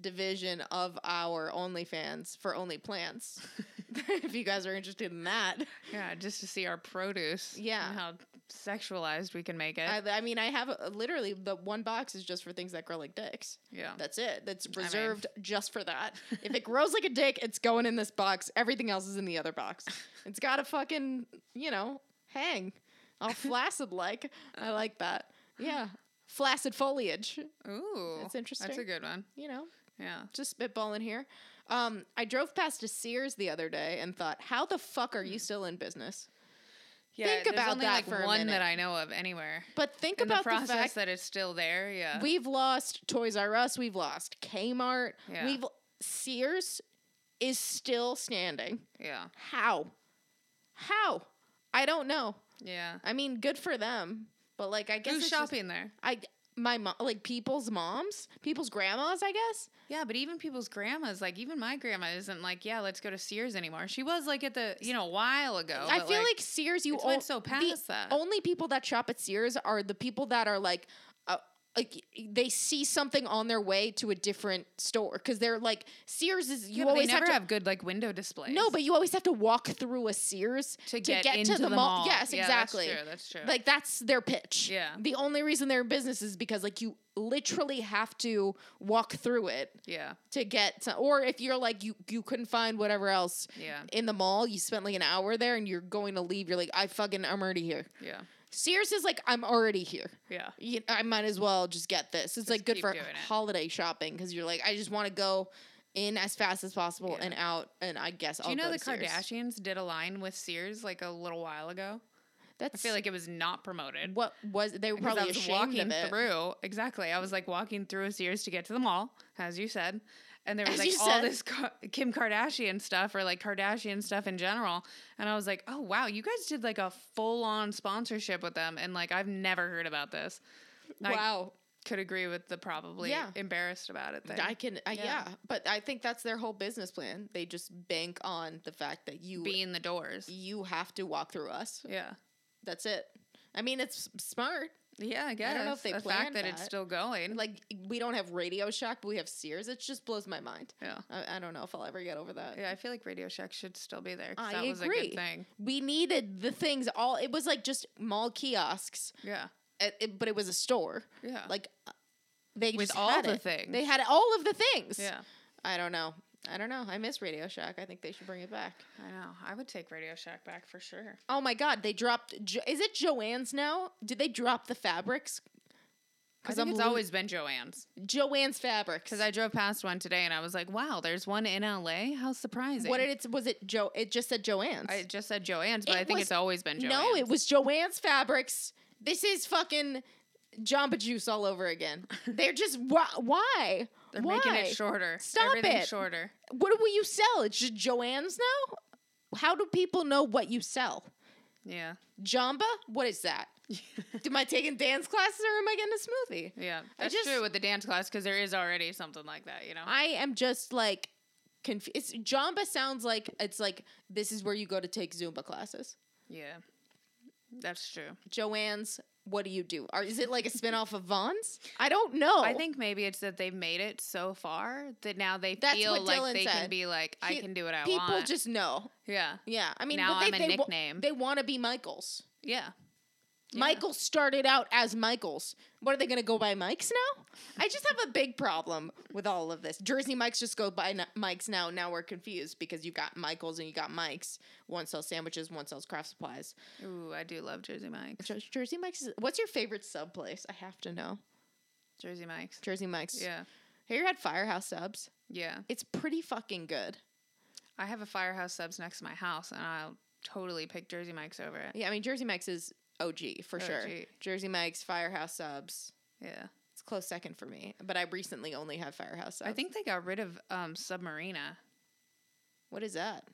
Speaker 1: division of our OnlyFans for only plants. if you guys are interested in that.
Speaker 2: yeah, just to see our produce.
Speaker 1: Yeah.
Speaker 2: and how sexualized we can make it.
Speaker 1: I, I mean, I have uh literally the one box is just for things that grow like dicks.
Speaker 2: yeah,
Speaker 1: That's it. That's reserved just for that. if it grows like a dick, it's going in this box. Everything else is in the other box. It's got to fucking, you know, hang. All flaccid like. I like that. Yeah. Flaccid foliage.
Speaker 2: ooh,
Speaker 1: That's
Speaker 2: That's a
Speaker 1: interesting.
Speaker 2: good one.
Speaker 1: You know,
Speaker 2: Yeah,
Speaker 1: just spitballing here. Um, I drove past a Sears the other day and thought, how the fuck are
Speaker 2: Hmm.
Speaker 1: you still in business?
Speaker 2: yeah.
Speaker 1: Think
Speaker 2: there's
Speaker 1: about
Speaker 2: only
Speaker 1: that
Speaker 2: like
Speaker 1: for a
Speaker 2: one
Speaker 1: minute.
Speaker 2: that I know of anywhere.
Speaker 1: But think
Speaker 2: In
Speaker 1: about
Speaker 2: the
Speaker 1: the,
Speaker 2: process
Speaker 1: fact
Speaker 2: that it's still there. Yeah,
Speaker 1: we've lost Toys R Us, we've lost Kmart,
Speaker 2: Yeah.
Speaker 1: we've Sears is still standing.
Speaker 2: yeah,
Speaker 1: How? How? I don't know.
Speaker 2: yeah.
Speaker 1: I mean, good for them, but like I guess
Speaker 2: Who's
Speaker 1: it's just-
Speaker 2: shopping there?
Speaker 1: I my mom, like people's moms, people's grandmas, I guess.
Speaker 2: Yeah, but even people's grandmas, like even my grandma, isn't like, yeah, let's go to Sears anymore. She was like at the, you know, a while ago.
Speaker 1: I
Speaker 2: Oh, but,
Speaker 1: feel like, Sears, you
Speaker 2: it's
Speaker 1: all
Speaker 2: went so past that.
Speaker 1: Only people that shop at Sears are the people that are like, uh, like they see something on their way to a different store because they're like Sears is you
Speaker 2: Yeah, but
Speaker 1: always
Speaker 2: they never
Speaker 1: have to.
Speaker 2: have good like window displays.
Speaker 1: no, but you always have to walk through a Sears
Speaker 2: to get, into
Speaker 1: to the, mall. Yes, exactly.
Speaker 2: That's true. That's true.
Speaker 1: Like that's their pitch.
Speaker 2: Yeah.
Speaker 1: The only reason they're in business is because like you literally have to walk through it
Speaker 2: yeah,
Speaker 1: to get to, or if you're like you you couldn't find whatever else
Speaker 2: Yeah.
Speaker 1: in the mall, you spent like an hour there and you're going to leave. You're like, I fucking I'm already here.
Speaker 2: yeah,
Speaker 1: Sears is like, I'm already here.
Speaker 2: yeah,
Speaker 1: You, I might as well just get this. It's like good
Speaker 2: keep
Speaker 1: for
Speaker 2: doing it.
Speaker 1: holiday shopping because you're like, I just want to go in as fast as possible and out, and I guess
Speaker 2: Do
Speaker 1: I'll
Speaker 2: you know
Speaker 1: go
Speaker 2: the
Speaker 1: to Sears.
Speaker 2: Kardashians did a line with Sears like a little while ago?
Speaker 1: That's
Speaker 2: I feel like it was not promoted.
Speaker 1: what was they were
Speaker 2: 'Cause
Speaker 1: probably
Speaker 2: I was
Speaker 1: ashamed
Speaker 2: walking
Speaker 1: of it.
Speaker 2: through exactly. I was like walking through a Sears to get to the mall, as you said, and there was
Speaker 1: As
Speaker 2: like
Speaker 1: you
Speaker 2: all
Speaker 1: said.
Speaker 2: this Ka- Kim Kardashian stuff or like Kardashian stuff in general, and I was like, oh wow, you guys did like a full on sponsorship with them, and like I've never heard about this. I
Speaker 1: Wow,
Speaker 2: could agree with the probably
Speaker 1: Yeah.
Speaker 2: embarrassed about it thing.
Speaker 1: I can, I, yeah.
Speaker 2: Yeah.
Speaker 1: but I think that's their whole business plan. They just bank on the fact that you
Speaker 2: Be in the doors.
Speaker 1: you have to walk through us.
Speaker 2: Yeah.
Speaker 1: That's it. I mean, it's smart.
Speaker 2: Yeah, I guess.
Speaker 1: don't know if they
Speaker 2: the
Speaker 1: planned
Speaker 2: fact that, it's
Speaker 1: that.
Speaker 2: still going.
Speaker 1: Like we don't have Radio Shack, but we have Sears. It just blows my mind.
Speaker 2: yeah.
Speaker 1: I, I don't know if I'll ever get over that.
Speaker 2: Yeah, I feel like Radio Shack should still be there 'cause
Speaker 1: I
Speaker 2: that was a
Speaker 1: agree.
Speaker 2: good thing.
Speaker 1: We needed the things all. It was like just mall kiosks,
Speaker 2: Yeah.
Speaker 1: it, it- but it was a store.
Speaker 2: Yeah.
Speaker 1: Like uh, they
Speaker 2: With
Speaker 1: just
Speaker 2: all
Speaker 1: had
Speaker 2: the
Speaker 1: it.
Speaker 2: things.
Speaker 1: They had all of the things.
Speaker 2: Yeah.
Speaker 1: I don't know. I don't know. I miss Radio Shack. I think they should bring it back.
Speaker 2: I know. I would take Radio Shack back for sure.
Speaker 1: Oh my God! They dropped. Jo- is it Joann's now? Did they drop the fabrics?
Speaker 2: I think
Speaker 1: I'm
Speaker 2: it's
Speaker 1: lo-
Speaker 2: always been Joann's.
Speaker 1: Joann's fabrics.
Speaker 2: Because I drove past one today and I was like, wow, there's one in LA? How surprising.
Speaker 1: what did it was it Joe? It just said Joann's.
Speaker 2: I just said Joann's, but
Speaker 1: It
Speaker 2: I think
Speaker 1: was-
Speaker 2: it's always been Joann's.
Speaker 1: No, it was Joanne's Fabrics. This is fucking Jamba Juice all over again. They're just why? why?
Speaker 2: They're
Speaker 1: why?
Speaker 2: making it shorter.
Speaker 1: Stop
Speaker 2: Everything's
Speaker 1: it.
Speaker 2: shorter.
Speaker 1: What do you sell? It's just Joanne's now. How do people know what you sell?
Speaker 2: Yeah.
Speaker 1: Jamba? What is that? am I taking dance classes or am I getting a smoothie?
Speaker 2: Yeah.
Speaker 1: I
Speaker 2: That's
Speaker 1: just-
Speaker 2: true with the dance class because there is already something like that, you know?
Speaker 1: I am just like confused. Jamba sounds like it's like this is where you go to take Zumba classes.
Speaker 2: yeah. That's true.
Speaker 1: Joanne's. What do you do? Are, is it like a spinoff of Vaughn's? I don't know.
Speaker 2: I think maybe it's that they've made it so far that now they
Speaker 1: That's
Speaker 2: feel
Speaker 1: what
Speaker 2: like
Speaker 1: Dylan
Speaker 2: they
Speaker 1: said.
Speaker 2: can be like, I
Speaker 1: He-
Speaker 2: can do what I
Speaker 1: people
Speaker 2: want.
Speaker 1: just know.
Speaker 2: yeah,
Speaker 1: Yeah, I mean,
Speaker 2: Now
Speaker 1: but they,
Speaker 2: I'm a
Speaker 1: they wa-
Speaker 2: nickname.
Speaker 1: they want to be Michaels.
Speaker 2: yeah.
Speaker 1: Michaels started out as Michaels. What are they going to go by Mikes now? I just have a big problem with all of this. Jersey Mikes just go by n- Mikes now. Now we're confused because you've got Michaels and you got Mikes. One sells sandwiches, one sells craft supplies.
Speaker 2: Ooh, I do love Jersey Mike's.
Speaker 1: Jer- Jersey Mikes is. What's your favorite sub place? I have to know.
Speaker 2: Jersey Mike's.
Speaker 1: Jersey Mikes.
Speaker 2: Yeah,
Speaker 1: Have you had Firehouse subs?
Speaker 2: yeah.
Speaker 1: It's pretty fucking good.
Speaker 2: I have a Firehouse Subs next to my house, and I'll totally pick Jersey Mike's over it.
Speaker 1: Yeah, I mean, Jersey Mikes is OG for sure.
Speaker 2: OG.
Speaker 1: Jersey Mikes, Firehouse subs.
Speaker 2: Yeah,
Speaker 1: It's close second for me, but I recently only had Firehouse.
Speaker 2: I
Speaker 1: subs.
Speaker 2: think they got rid of um, Submarina.
Speaker 1: What is that?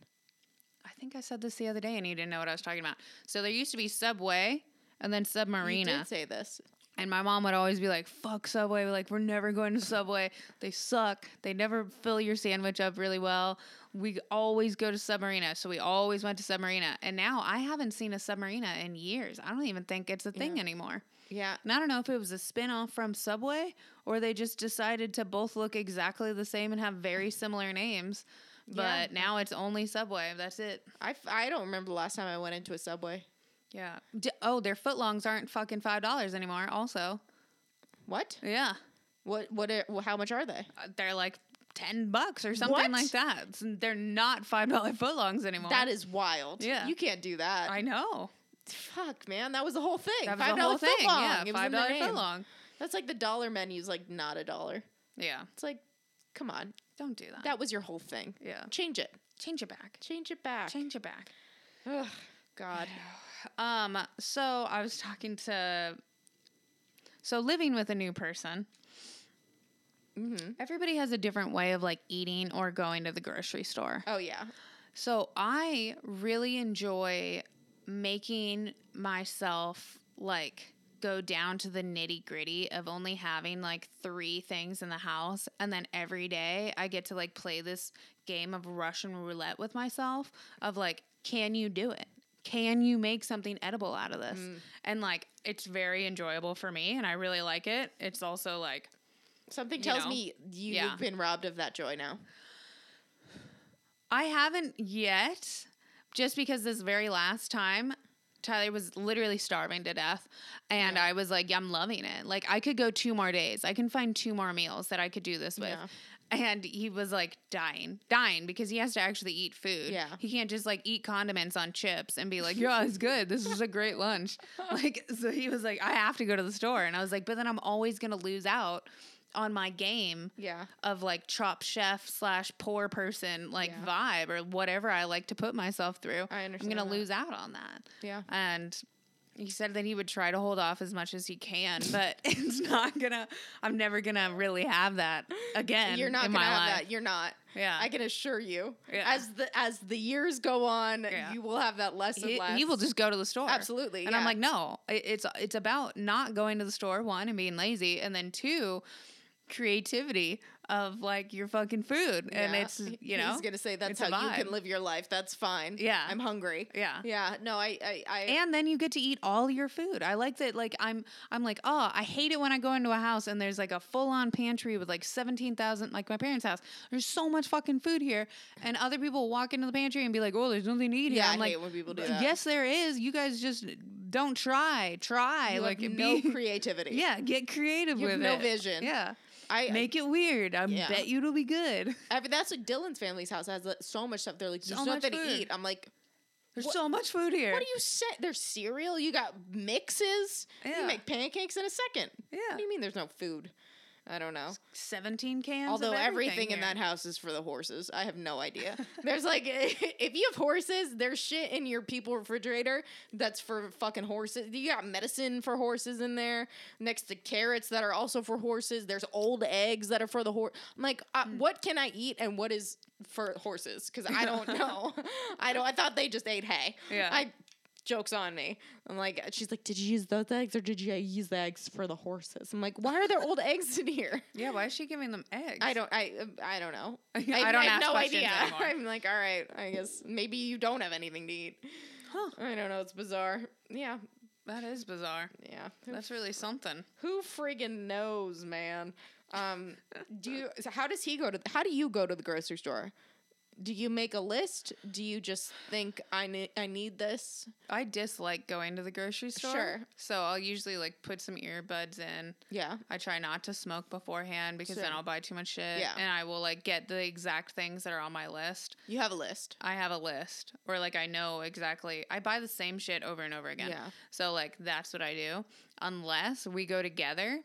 Speaker 2: I think I said this the other day, and you didn't know what I was talking about. So there used to be Subway, and then
Speaker 1: You
Speaker 2: Submarina.
Speaker 1: did say this.
Speaker 2: And my mom would always be like, fuck Subway. Like, we're never going to Subway. They suck. They never fill your sandwich up really well. We always go to Submarina. So we always went to Submarina. And now I haven't seen a Submarina in years. I don't even think it's a thing anymore.
Speaker 1: Yeah.
Speaker 2: And I don't know if it was a spin off from Subway or they just decided to both look exactly the same and have very similar names. But now it's only Subway. That's it.
Speaker 1: I, f- I don't remember the last time I went into a subway.
Speaker 2: Yeah. D- oh, their footlongs aren't fucking $5 anymore, also.
Speaker 1: What?
Speaker 2: Yeah.
Speaker 1: What? What? Are, well, how much are they?
Speaker 2: uh, they're like 10 bucks or something
Speaker 1: What?
Speaker 2: like that. It's- They're not $5 footlongs anymore.
Speaker 1: That is wild.
Speaker 2: Yeah.
Speaker 1: You can't do that.
Speaker 2: I know.
Speaker 1: Fuck, man. That was the whole thing.
Speaker 2: That was
Speaker 1: $5
Speaker 2: the whole thing.
Speaker 1: footlong.
Speaker 2: Yeah,
Speaker 1: It was in their
Speaker 2: $5
Speaker 1: name.
Speaker 2: footlong.
Speaker 1: That's like the dollar menu's like not a dollar.
Speaker 2: Yeah.
Speaker 1: It's like, come on.
Speaker 2: Don't do that.
Speaker 1: That was your whole thing.
Speaker 2: Yeah.
Speaker 1: Change it.
Speaker 2: Change it back.
Speaker 1: Change it back.
Speaker 2: Change it back.
Speaker 1: Ugh, God.
Speaker 2: Um, so I was talking to so living with a new person.
Speaker 1: Mm-hmm.
Speaker 2: Everybody has a different way of like eating or going to the grocery store.
Speaker 1: Oh yeah.
Speaker 2: So I really enjoy making myself like go down to the nitty gritty of only having like three things in the house. And then every day I get to like play this game of Russian roulette with myself of like, can you do it? Can you make something edible out of this? And like, it's very enjoyable for me and I really like it. It's also like,
Speaker 1: Something tells
Speaker 2: know?
Speaker 1: me you've
Speaker 2: Yeah.
Speaker 1: been robbed of that joy now.
Speaker 2: I haven't yet, just because this very last time, Tyler was literally starving to death. And I was like, I'm loving it. Like, I could go two more days. I can find two more meals that I could do this with.
Speaker 1: Yeah.
Speaker 2: And he was like dying, dying because he has to actually eat food.
Speaker 1: Yeah.
Speaker 2: He can't just like eat condiments on chips and be like, yeah, it's good. This is a great lunch. Like, so he was like, I have to go to the store. And I was like, but then I'm always going to lose out on my game
Speaker 1: Yeah.
Speaker 2: of like chop chef slash poor person like vibe or whatever I like to put myself through.
Speaker 1: I understand
Speaker 2: I'm gonna
Speaker 1: that.
Speaker 2: lose out on that.
Speaker 1: Yeah.
Speaker 2: And he said that he would try to hold off as much as he can, but it's not gonna. I'm never gonna really have that again.
Speaker 1: You're not
Speaker 2: in
Speaker 1: gonna
Speaker 2: my
Speaker 1: have
Speaker 2: life.
Speaker 1: that. You're not.
Speaker 2: Yeah.
Speaker 1: I can assure you.
Speaker 2: Yeah.
Speaker 1: As the as the years go on,
Speaker 2: Yeah.
Speaker 1: you will have that less and
Speaker 2: he,
Speaker 1: less.
Speaker 2: he will just go to the store.
Speaker 1: Absolutely,
Speaker 2: And I'm
Speaker 1: yeah.
Speaker 2: like, no, it, it's it's about not going to the store one and being lazy, and then two, creativity of like your fucking food, and
Speaker 1: Yeah.
Speaker 2: it's you
Speaker 1: He's
Speaker 2: know
Speaker 1: gonna say that's
Speaker 2: it's a
Speaker 1: how you
Speaker 2: vibe."
Speaker 1: can live your life. That's fine.
Speaker 2: Yeah.
Speaker 1: I'm hungry.
Speaker 2: Yeah.
Speaker 1: Yeah. No, I I, I
Speaker 2: and then you get to eat all your food. I like that. Like I'm, I'm like, oh, I hate it when I go into a house and there's like a full on pantry with like seventeen thousand, like my parents' house. There's so much fucking food here, and other people walk into the pantry and be like, oh, there's nothing to eat here.
Speaker 1: Yeah,
Speaker 2: I'm
Speaker 1: I
Speaker 2: like,
Speaker 1: hate when people do that.
Speaker 2: Yes, there is. You guys just don't try. Try
Speaker 1: you
Speaker 2: like
Speaker 1: have no
Speaker 2: be,
Speaker 1: creativity.
Speaker 2: yeah, get creative
Speaker 1: You
Speaker 2: with
Speaker 1: have no
Speaker 2: it.
Speaker 1: vision.
Speaker 2: Yeah,
Speaker 1: I
Speaker 2: make it weird. I
Speaker 1: Yeah.
Speaker 2: bet you it'll be good.
Speaker 1: I mean, that's like Dylan's family's house has like, so much stuff. They're like, there's
Speaker 2: So much
Speaker 1: nothing to
Speaker 2: food.
Speaker 1: eat. I'm like,
Speaker 2: There's
Speaker 1: What-
Speaker 2: so much food here.
Speaker 1: what do you say? There's cereal. You got mixes.
Speaker 2: Yeah.
Speaker 1: You make pancakes in a second. What
Speaker 2: Yeah.
Speaker 1: do you mean there's no food? I don't know.
Speaker 2: Seventeen cans. of
Speaker 1: Although everything in
Speaker 2: here.
Speaker 1: that house is for the horses. I have no idea. There's like, if you have horses, there's shit in your people refrigerator that's for fucking horses. You got medicine for horses in there, next to carrots that are also for horses. There's old eggs that are for the horse. I'm like, uh,
Speaker 2: Hmm.
Speaker 1: what can I eat and what is for horses? Because I don't know. I don't. I thought they just ate hay.
Speaker 2: Yeah.
Speaker 1: I jokes on me. I'm like, she's like, did you use those eggs or did you use the eggs for the horses? I'm like, why are there old eggs in here?
Speaker 2: Yeah, why is she giving them eggs?
Speaker 1: I don't. I um, I don't know.
Speaker 2: I
Speaker 1: have-
Speaker 2: don't
Speaker 1: I have
Speaker 2: ask
Speaker 1: no
Speaker 2: questions
Speaker 1: idea.
Speaker 2: anymore.
Speaker 1: I'm like, all right. I guess maybe you don't have anything to eat.
Speaker 2: Huh.
Speaker 1: I don't know. It's bizarre. Yeah.
Speaker 2: That is bizarre.
Speaker 1: Yeah. Who,
Speaker 2: That's really something.
Speaker 1: who friggin' knows, man? Um. Do you? So how does he go to? How do you go to the grocery store? Do you make a list? Do you just think I need I need this?
Speaker 2: I dislike going to the grocery store.
Speaker 1: Sure.
Speaker 2: So I'll usually like put some earbuds in.
Speaker 1: Yeah.
Speaker 2: I try not to smoke beforehand because then
Speaker 1: Sure.
Speaker 2: I'll buy too much shit.
Speaker 1: Yeah.
Speaker 2: And I will like get the exact things that are on my list.
Speaker 1: You have a list.
Speaker 2: I have a list or like I know exactly. I buy the same shit over and over again.
Speaker 1: Yeah.
Speaker 2: So like that's what I do unless we go together.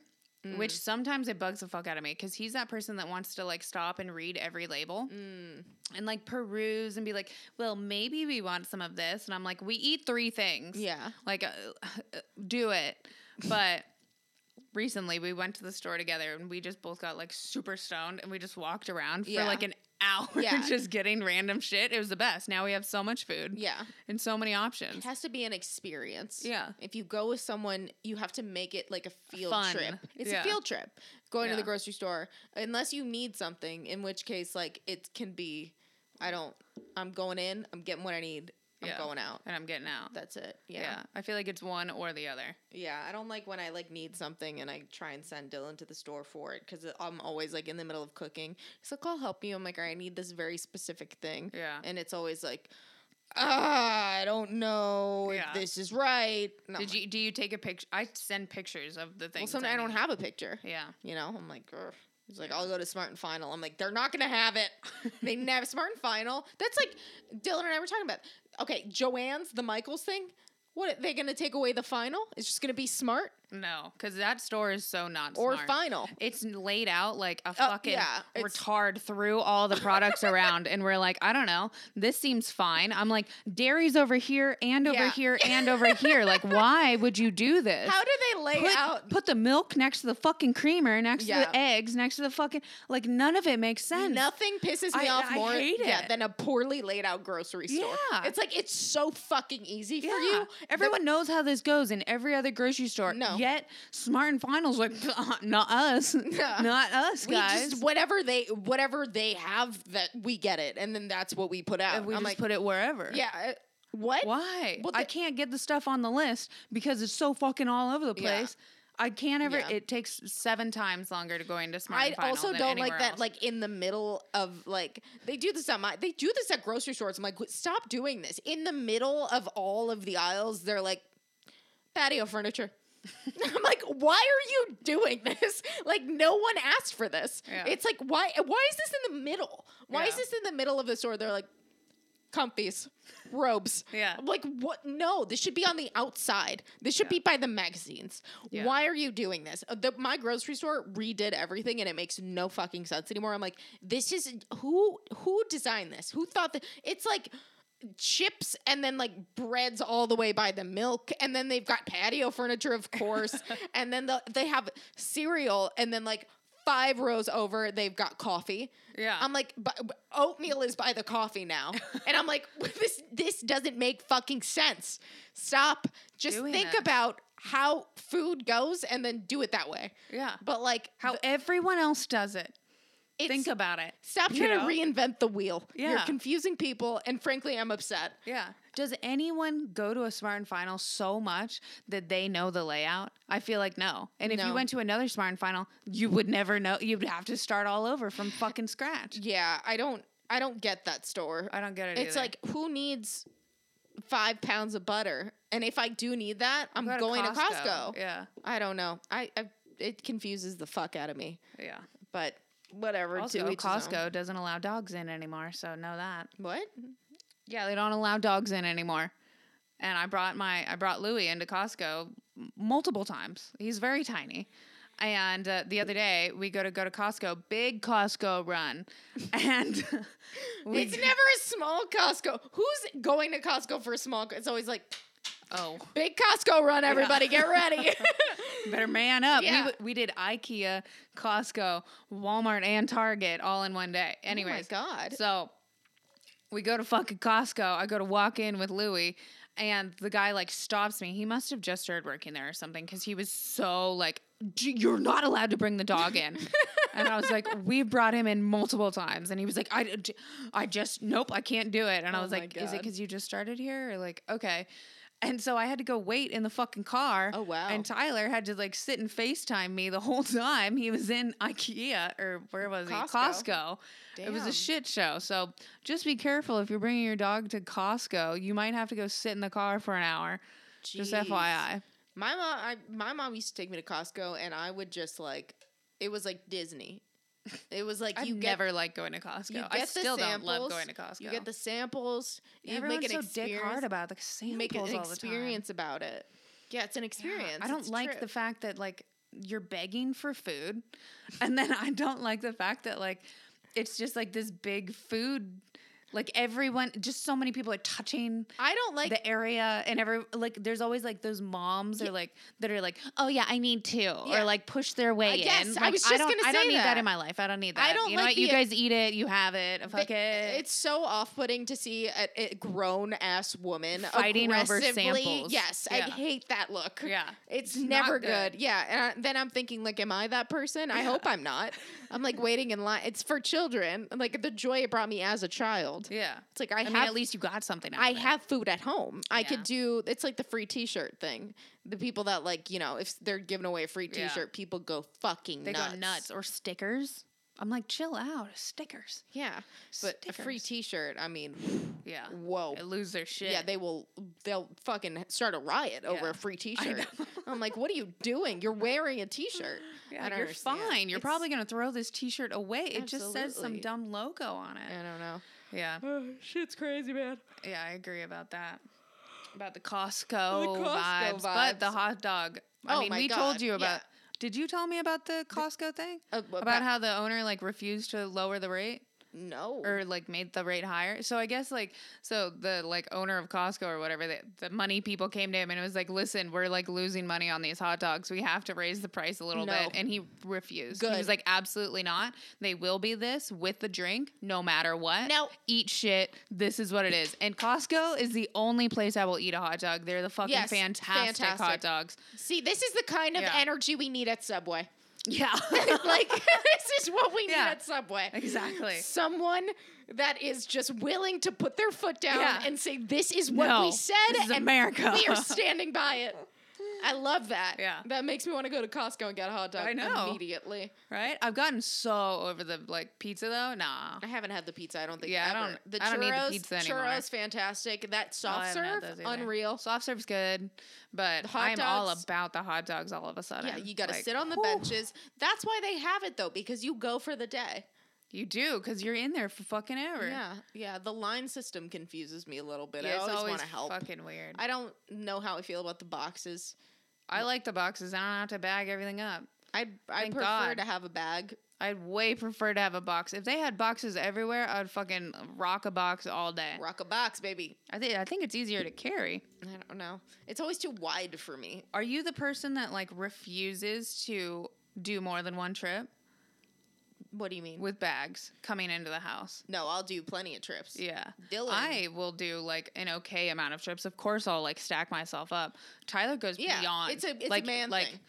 Speaker 2: Which
Speaker 1: Mm.
Speaker 2: sometimes it bugs the fuck out of me because he's that person that wants to like stop and read every label
Speaker 1: Mm.
Speaker 2: and like peruse and be like, well, maybe we want some of this. And I'm like, we eat three things.
Speaker 1: Yeah.
Speaker 2: Like, uh, do it. But recently we went to the store together and we just both got like super stoned and we just walked around for
Speaker 1: Yeah.
Speaker 2: like an hour
Speaker 1: Yeah.
Speaker 2: just getting random shit. It was the best. Now we have so much food.
Speaker 1: Yeah.
Speaker 2: And so many options.
Speaker 1: It has to be an experience.
Speaker 2: Yeah.
Speaker 1: If you go with someone, you have to make it like a field
Speaker 2: Fun.
Speaker 1: trip. It's
Speaker 2: Yeah.
Speaker 1: a field trip. Going to
Speaker 2: Yeah.
Speaker 1: the grocery store, unless you need something, in which case, like, it can be, I don't, I'm going in, I'm getting what I need, I'm
Speaker 2: Yeah.
Speaker 1: going out.
Speaker 2: And I'm getting out.
Speaker 1: That's it.
Speaker 2: yeah.
Speaker 1: Yeah.
Speaker 2: I feel like it's one or the other.
Speaker 1: Yeah. I don't like when I like need something and I try and send Dylan to the store for it because I'm always like in the middle of cooking. He's like, I'll help you. I'm like, all right, I need this very specific thing.
Speaker 2: Yeah.
Speaker 1: And it's always like, ah, I don't know
Speaker 2: Yeah.
Speaker 1: if this is right. And I'm
Speaker 2: Did you do you take a picture? I send pictures of the
Speaker 1: Well,
Speaker 2: things.
Speaker 1: sometimes I don't
Speaker 2: need.
Speaker 1: have a picture.
Speaker 2: Yeah.
Speaker 1: You know, I'm like, Grr. he's like, I'll go to Smart and Final. I'm like, they're not gonna have it. they never Smart and Final. That's like Dylan and I were talking about. Okay, Joanne's the Michaels thing. What are they gonna take away the final? It's just gonna be Smart
Speaker 2: No, because that store is so not
Speaker 1: or
Speaker 2: smart.
Speaker 1: Final.
Speaker 2: It's n- laid out like a fucking
Speaker 1: yeah, it's-
Speaker 2: retard through all the products around, and we're like, I don't know, this seems fine. I'm like, dairy's over here and over
Speaker 1: Yeah.
Speaker 2: here and over here. Like, why would you do this?
Speaker 1: How do they lay
Speaker 2: put,
Speaker 1: out?
Speaker 2: put the milk next to the fucking creamer, next to
Speaker 1: Yeah.
Speaker 2: the eggs, next to the fucking like none of it makes sense.
Speaker 1: Nothing pisses me
Speaker 2: I-
Speaker 1: off
Speaker 2: I
Speaker 1: more
Speaker 2: hate
Speaker 1: yeah,
Speaker 2: it.
Speaker 1: than a poorly laid out grocery store.
Speaker 2: Yeah.
Speaker 1: It's like it's so fucking easy
Speaker 2: Yeah.
Speaker 1: for you.
Speaker 2: Everyone knows how this goes in every other grocery store.
Speaker 1: No.
Speaker 2: Yet Smart and Final's like uh, not us. Not us,
Speaker 1: we
Speaker 2: guys.
Speaker 1: just whatever they whatever they have that we get it and then that's what we put out.
Speaker 2: And we
Speaker 1: I'm
Speaker 2: just
Speaker 1: like,
Speaker 2: put it wherever.
Speaker 1: Yeah. I- What?
Speaker 2: Why?
Speaker 1: Well,
Speaker 2: I
Speaker 1: the-
Speaker 2: can't get the stuff on the list because it's so fucking all over the
Speaker 1: Yeah.
Speaker 2: place. I can't ever.
Speaker 1: Yeah.
Speaker 2: It takes seven times longer to go into Smart.
Speaker 1: I
Speaker 2: and Final
Speaker 1: also
Speaker 2: than
Speaker 1: don't like
Speaker 2: anywhere
Speaker 1: that.
Speaker 2: else.
Speaker 1: Like in the middle of like they do this at my they do this at grocery stores. I'm like, "Wh- stop doing this. In the middle of all of the aisles, they're like patio furniture. I'm like, why are you doing this? Like no one asked for this.
Speaker 2: Yeah.
Speaker 1: It's like why why is this in the middle? Why is
Speaker 2: Yeah.
Speaker 1: this in the middle of the store? They're like comfies, robes.
Speaker 2: Yeah.
Speaker 1: I'm Like what? No, this should be on the outside. This should be by the magazines.
Speaker 2: Yeah.
Speaker 1: Why are you doing this? Uh, The, my grocery store redid everything, and it makes no fucking sense anymore. I'm like, this is who who designed this? Who thought that it's like chips and then like breads all the way by the milk and then they've got patio furniture of course and then the, they have cereal and then like five rows over they've got coffee
Speaker 2: Yeah.
Speaker 1: i'm like but but oatmeal is by the coffee now and i'm like this this doesn't make fucking sense stop just
Speaker 2: Doing
Speaker 1: think
Speaker 2: it.
Speaker 1: about how food goes and then do it that way
Speaker 2: yeah.
Speaker 1: but like
Speaker 2: How everyone else does it.
Speaker 1: it's,
Speaker 2: Think about it.
Speaker 1: stop
Speaker 2: you
Speaker 1: trying
Speaker 2: know?
Speaker 1: to reinvent the wheel you're
Speaker 2: Yeah.
Speaker 1: confusing people and frankly i'm upset
Speaker 2: Yeah. Does anyone go to a Smart and Final so much that they know the layout? I feel like no. And if you
Speaker 1: No.
Speaker 2: went to another Smart and Final, you would never know. You'd have to start all over from fucking scratch.
Speaker 1: Yeah, I don't I don't get that store.
Speaker 2: I don't get it.
Speaker 1: it's
Speaker 2: either.
Speaker 1: like who needs five pounds of butter? And if I do need that, I'm
Speaker 2: Go to
Speaker 1: going to Costco.
Speaker 2: Yeah.
Speaker 1: I don't know. I, I it confuses the fuck out of me.
Speaker 2: Yeah.
Speaker 1: But whatever.
Speaker 2: Also,
Speaker 1: to each his own.
Speaker 2: Costco doesn't allow dogs in anymore, so know that.
Speaker 1: What?
Speaker 2: Yeah, they don't allow dogs in anymore. And I brought my I brought Louis into Costco m- multiple times. He's very tiny. And uh, the other day we go to go to Costco, big Costco run, and we
Speaker 1: It's never a small Costco. Who's going to Costco for a small? co- It's always like
Speaker 2: oh
Speaker 1: big Costco run. Everybody, get ready. Oh
Speaker 2: better man up. We
Speaker 1: Yeah.
Speaker 2: w- we did IKEA, Costco, Walmart, and Target all in one day.
Speaker 1: Oh
Speaker 2: Anyways,
Speaker 1: God.
Speaker 2: So we go to fucking Costco. I go to walk in with Louis, and the guy like stops me. He must have just started working there or something because he was so like, "G- "You're not allowed to bring the dog in." and I was like, "We've brought him in multiple times," and he was like, "I, d- I just nope, I can't do it." And I
Speaker 1: Oh
Speaker 2: was
Speaker 1: my
Speaker 2: like, "Is
Speaker 1: God.
Speaker 2: it because you just started here?" Or like, okay. And so I had to go wait in the fucking car.
Speaker 1: Oh, wow.
Speaker 2: And Tyler had to like sit and FaceTime me the whole time he was in IKEA or where was he?
Speaker 1: Costco.
Speaker 2: Costco. It was a
Speaker 1: Damn.
Speaker 2: shit show. So just be careful if you're bringing your dog to Costco. You might have to go sit in the car for an hour. Just
Speaker 1: Jeez.
Speaker 2: FYI.
Speaker 1: My mom, I, my mom used to take me to Costco, and I would just like, it was like Disney. It was like
Speaker 2: You
Speaker 1: you
Speaker 2: I
Speaker 1: get
Speaker 2: never like going to Costco.
Speaker 1: You
Speaker 2: I
Speaker 1: get the
Speaker 2: still don't love
Speaker 1: samples,
Speaker 2: going to Costco.
Speaker 1: You get the samples. You
Speaker 2: Everyone's
Speaker 1: make an
Speaker 2: so dick hard
Speaker 1: experience.
Speaker 2: about the
Speaker 1: you
Speaker 2: samples
Speaker 1: make an
Speaker 2: all the time.
Speaker 1: experience about it. Yeah, it's an experience.
Speaker 2: I don't
Speaker 1: It's
Speaker 2: like
Speaker 1: true.
Speaker 2: the fact that like you're begging for food, and then I don't like the fact that like it's just like this big food Like everyone, just so many people are touching
Speaker 1: I don't like
Speaker 2: the area, and every like, there's always like those moms or like that are like, oh yeah, I need to,
Speaker 1: Yeah.
Speaker 2: or like push their way in.
Speaker 1: yes, I
Speaker 2: Like,
Speaker 1: was just
Speaker 2: don't-
Speaker 1: gonna
Speaker 2: I don't
Speaker 1: say
Speaker 2: need
Speaker 1: that.
Speaker 2: that in my life. I don't need that.
Speaker 1: I don't
Speaker 2: You know
Speaker 1: like
Speaker 2: what? You
Speaker 1: the-
Speaker 2: guys eat it. You have it. Fuck it.
Speaker 1: It's so off-putting to see a, a grown-ass woman
Speaker 2: Fighting over
Speaker 1: aggressively-
Speaker 2: samples.
Speaker 1: Yes, I
Speaker 2: Yeah.
Speaker 1: hate that look.
Speaker 2: Yeah.
Speaker 1: it's,
Speaker 2: It's not
Speaker 1: never good.
Speaker 2: good.
Speaker 1: Yeah, and I- then I'm thinking like, am I that person? I hope I'm not. I'm like waiting in line. It's for children. Like the joy it brought me as a child.
Speaker 2: yeah.
Speaker 1: It's like I,
Speaker 2: I,
Speaker 1: have
Speaker 2: mean, at least you got something. Out
Speaker 1: I
Speaker 2: of it.
Speaker 1: have food at home. I could
Speaker 2: Yeah.
Speaker 1: do it's like the free t-shirt thing. The people that like, you know, if they're giving away a free
Speaker 2: Yeah.
Speaker 1: t-shirt, people go fucking
Speaker 2: They
Speaker 1: nuts.
Speaker 2: go nuts or stickers. I'm like, chill out, stickers.
Speaker 1: Yeah. But a free
Speaker 2: Stickers.
Speaker 1: t-shirt, I mean,
Speaker 2: Yeah.
Speaker 1: whoa.
Speaker 2: They lose their shit.
Speaker 1: Yeah, they will they'll fucking start a riot over
Speaker 2: Yeah.
Speaker 1: a free
Speaker 2: I
Speaker 1: t-shirt.
Speaker 2: know.
Speaker 1: I'm like, what are you doing? You're wearing a t-shirt.
Speaker 2: Yeah,
Speaker 1: I don't
Speaker 2: you're
Speaker 1: understand.
Speaker 2: fine. You're
Speaker 1: It's-
Speaker 2: probably gonna throw this T-shirt away. It just says some
Speaker 1: Absolutely.
Speaker 2: dumb logo on
Speaker 1: I
Speaker 2: it.
Speaker 1: don't know.
Speaker 2: Yeah,
Speaker 1: Oh, shit's crazy, man.
Speaker 2: yeah, I agree about that. About the Costco,
Speaker 1: The Costco
Speaker 2: vibes, but the
Speaker 1: vibes.
Speaker 2: hot dog. I
Speaker 1: Oh
Speaker 2: mean,
Speaker 1: my
Speaker 2: we told
Speaker 1: God,
Speaker 2: you about.
Speaker 1: yeah.
Speaker 2: Did you tell me about the Costco thing?
Speaker 1: Uh,
Speaker 2: about,
Speaker 1: about-
Speaker 2: how the owner like refused to lower the rate
Speaker 1: No.
Speaker 2: or like made the rate higher. So I guess like so the like owner of Costco or whatever the, the money people came to him and it was like, listen, we're like losing money on these hot dogs. We have to raise the price a little
Speaker 1: No.
Speaker 2: bit, and he refused. He
Speaker 1: Good.
Speaker 2: was like, absolutely not. They will be this with the drink, no matter what.
Speaker 1: No.
Speaker 2: eat shit. This is what it is. And Costco is the only place I will eat a hot dog. They're the fucking
Speaker 1: Yes,
Speaker 2: fantastic,
Speaker 1: fantastic.
Speaker 2: hot dogs.
Speaker 1: See, this is the kind of
Speaker 2: Yeah.
Speaker 1: energy we need at Subway.
Speaker 2: Yeah,
Speaker 1: like this is what we need
Speaker 2: Yeah.
Speaker 1: at Subway.
Speaker 2: exactly.
Speaker 1: Someone that is just willing to put their foot down
Speaker 2: Yeah.
Speaker 1: and say, "This is what we
Speaker 2: No,
Speaker 1: said,"
Speaker 2: this is
Speaker 1: and
Speaker 2: America."
Speaker 1: we are standing by it. I love that.
Speaker 2: Yeah.
Speaker 1: that makes me want to go to Costco and get a hot dog
Speaker 2: I know.
Speaker 1: immediately.
Speaker 2: Right? I've gotten so over the like pizza though. Nah.
Speaker 1: I haven't had the pizza. I don't think.
Speaker 2: Yeah, I
Speaker 1: ever.
Speaker 2: don't-
Speaker 1: The
Speaker 2: I
Speaker 1: churros,
Speaker 2: don't need the pizza anymore.
Speaker 1: churros, fantastic. That
Speaker 2: I
Speaker 1: soft
Speaker 2: haven't had
Speaker 1: serve,
Speaker 2: those either.
Speaker 1: unreal.
Speaker 2: Soft serve's good, but
Speaker 1: hot
Speaker 2: I'm all
Speaker 1: dogs-
Speaker 2: about the hot dogs all of a sudden.
Speaker 1: Yeah, you got to
Speaker 2: Like,
Speaker 1: sit on the
Speaker 2: whew,
Speaker 1: benches. That's why they have it though, because you go for the day.
Speaker 2: You do, because you're in there for fucking ever.
Speaker 1: Yeah, yeah. The line system confuses me a little bit.
Speaker 2: Yeah,
Speaker 1: I
Speaker 2: it's
Speaker 1: always,
Speaker 2: always
Speaker 1: want to help.
Speaker 2: fucking weird. I,
Speaker 1: I don't know how I feel about the boxes.
Speaker 2: like the boxes. I don't have to bag everything up.
Speaker 1: I I
Speaker 2: Thank
Speaker 1: prefer
Speaker 2: God.
Speaker 1: to have a bag.
Speaker 2: I'd way prefer to have a box. If they had boxes everywhere, I'd fucking rock a box all day.
Speaker 1: Rock a box, baby.
Speaker 2: I think I think it's easier to carry.
Speaker 1: I don't know. It's always too wide for me.
Speaker 2: Are you the person that like refuses to do more than one trip
Speaker 1: What do you mean?
Speaker 2: with bags coming into the house?
Speaker 1: no, I'll do plenty of trips.
Speaker 2: Yeah.
Speaker 1: Dylan.
Speaker 2: I will do like an okay amount of trips. Of course, I'll like stack myself up. Tyler goes
Speaker 1: Yeah,
Speaker 2: beyond.
Speaker 1: it's a it's
Speaker 2: like,
Speaker 1: a man
Speaker 2: like,
Speaker 1: thing.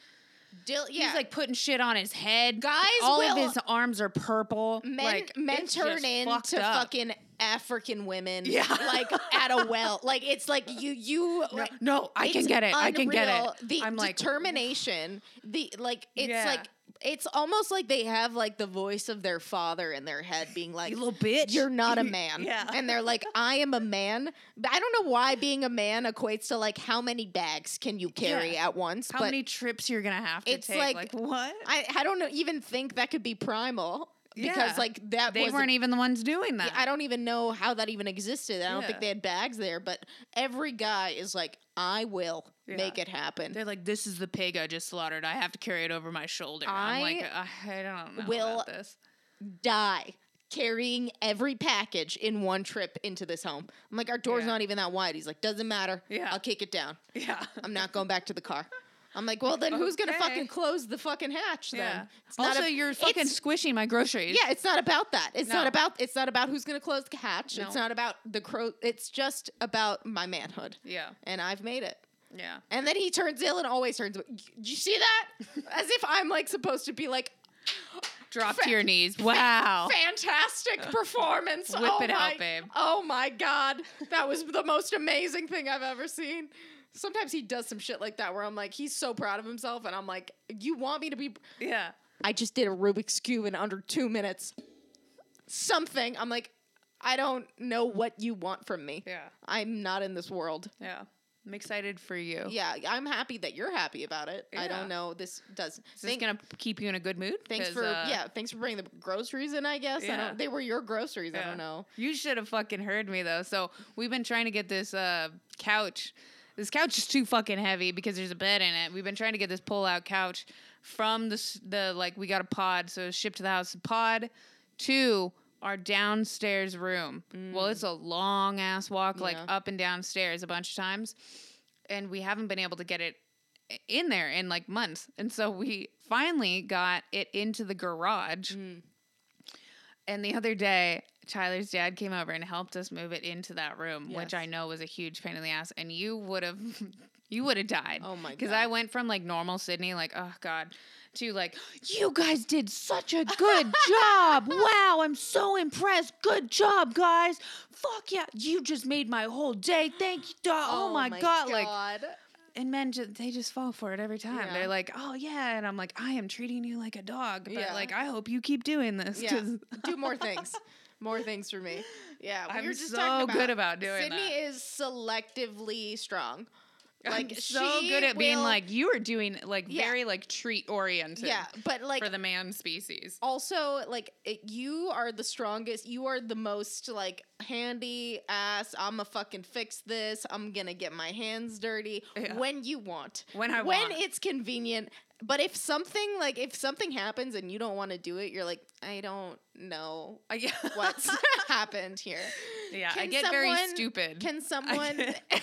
Speaker 1: Dil- yeah,
Speaker 2: He's like putting shit on his head.
Speaker 1: Guys
Speaker 2: all
Speaker 1: will-
Speaker 2: of his arms are purple.
Speaker 1: men
Speaker 2: like
Speaker 1: men
Speaker 2: it's
Speaker 1: turn
Speaker 2: just fucked
Speaker 1: into
Speaker 2: up.
Speaker 1: fucking African women.
Speaker 2: Yeah.
Speaker 1: like at a well. Like it's like you you.
Speaker 2: No, no, I can get it. I can get
Speaker 1: unreal.
Speaker 2: it.
Speaker 1: The
Speaker 2: I'm like
Speaker 1: determination. the like it's
Speaker 2: Yeah.
Speaker 1: like it's almost like they have like the voice of their father in their head being like
Speaker 2: You little bitch.
Speaker 1: You're not a man.
Speaker 2: Yeah.
Speaker 1: And they're like, I am a man. But I don't know why being a man equates to like how many bags can you carry
Speaker 2: Yeah.
Speaker 1: at once.
Speaker 2: how
Speaker 1: but
Speaker 2: many trips you're gonna have to
Speaker 1: it's
Speaker 2: take?
Speaker 1: like-
Speaker 2: what?
Speaker 1: I, I don't know, even think that could be primal.
Speaker 2: Yeah.
Speaker 1: Because like that
Speaker 2: they
Speaker 1: was
Speaker 2: weren't even the ones doing that.
Speaker 1: I don't even know how that even existed. I don't think
Speaker 2: Yeah.
Speaker 1: they had bags there, but every guy is like, I will
Speaker 2: Yeah.
Speaker 1: make it happen.
Speaker 2: They're like, this is the pig I just slaughtered. I have to carry it over my shoulder. I'm like, I, I don't know
Speaker 1: will-
Speaker 2: about this.
Speaker 1: die carrying every package in one trip into this home. I'm like, our door's
Speaker 2: Yeah.
Speaker 1: not even that wide. He's like, doesn't matter.
Speaker 2: Yeah.
Speaker 1: I'll kick it down.
Speaker 2: Yeah.
Speaker 1: I'm not going back to the car. I'm like, well, then who's gonna
Speaker 2: Okay.
Speaker 1: fucking close the fucking hatch then?
Speaker 2: Yeah.
Speaker 1: It's not
Speaker 2: Also,
Speaker 1: a-
Speaker 2: you're fucking
Speaker 1: it's-
Speaker 2: squishing my groceries.
Speaker 1: yeah, it's not about that. It's not
Speaker 2: No.
Speaker 1: about. It's not about who's gonna close the hatch. It's
Speaker 2: No.
Speaker 1: not about the crow. It's just about my manhood.
Speaker 2: Yeah.
Speaker 1: and I've made it.
Speaker 2: Yeah.
Speaker 1: And then he turns ill and always turns. Did you see that? As if I'm like supposed to be like
Speaker 2: Drop to your knees. Wow.
Speaker 1: fantastic performance.
Speaker 2: Oh. Whip
Speaker 1: oh
Speaker 2: it
Speaker 1: my,
Speaker 2: out, babe.
Speaker 1: Oh my god, that was the most amazing thing I've ever seen. Sometimes he does some shit like that where I'm like, he's so proud of himself, and I'm like, you want me to be?
Speaker 2: Yeah.
Speaker 1: I just did a Rubik's cube in under two minutes. Something. I'm like, I don't know what you want from me.
Speaker 2: Yeah.
Speaker 1: I'm not in this world.
Speaker 2: Yeah. I'm excited for you. Is
Speaker 1: Yeah, I'm happy that you're happy about it. I
Speaker 2: Yeah.
Speaker 1: don't know. This does.
Speaker 2: this
Speaker 1: Thank-
Speaker 2: going to keep you in a good mood?
Speaker 1: Thanks
Speaker 2: 'Cause,
Speaker 1: for
Speaker 2: uh,
Speaker 1: yeah, thanks for bringing the groceries in. I guess I
Speaker 2: Yeah.
Speaker 1: don't. They were your groceries. I
Speaker 2: yeah.
Speaker 1: don't know.
Speaker 2: You should have fucking heard me though. So we've been trying to get this uh, couch. This couch is too fucking heavy because there's a bed in it. We've been trying to get this pull out couch from the s- the like we got a pod, so it was shipped to the house. Pod to our downstairs room. Well, it's a long ass walk, like
Speaker 1: Mm. Yeah.
Speaker 2: up and downstairs a bunch of times, and we haven't been able to get it i- in there in like months. And so we finally got it into the garage.
Speaker 1: Mm.
Speaker 2: And the other day, Tyler's dad came over and helped us move it into that room, which
Speaker 1: Yes.
Speaker 2: I know was a huge pain in the ass. And you would have, you would have died.
Speaker 1: Oh my
Speaker 2: Because I went from like normal Sydney, like oh god, to like you guys did such a good job. Wow, I'm so impressed. Good job, guys. Fuck yeah, you just made my whole day. Thank you. duh. Oh, my, god. like and men just they just fall for it every time.
Speaker 1: Yeah.
Speaker 2: They're like, "Oh yeah," and I'm like, "I am treating you like a dog, but
Speaker 1: Yeah.
Speaker 2: like I hope you keep doing this."
Speaker 1: yeah,
Speaker 2: 'cause
Speaker 1: do more things, more things for me. Yeah, we
Speaker 2: I'm
Speaker 1: were just
Speaker 2: so
Speaker 1: talking about,
Speaker 2: good about doing
Speaker 1: Sydney
Speaker 2: that.
Speaker 1: is selectively strong.
Speaker 2: I'm
Speaker 1: Like
Speaker 2: so
Speaker 1: she
Speaker 2: good at being
Speaker 1: will-
Speaker 2: like you are doing like
Speaker 1: Yeah.
Speaker 2: very like treat oriented
Speaker 1: yeah, but like
Speaker 2: for the man species.
Speaker 1: also like it, you are the strongest you are the most like handy ass i'm a fucking fix this i'm gonna get my hands dirty
Speaker 2: Yeah.
Speaker 1: when you want
Speaker 2: When I
Speaker 1: when
Speaker 2: want.
Speaker 1: it's convenient but if something like if something happens and you don't want to do it you're like i don't know
Speaker 2: Yeah.
Speaker 1: what's happened here
Speaker 2: Yeah, I
Speaker 1: Can
Speaker 2: get very
Speaker 1: someone-
Speaker 2: stupid.
Speaker 1: can someone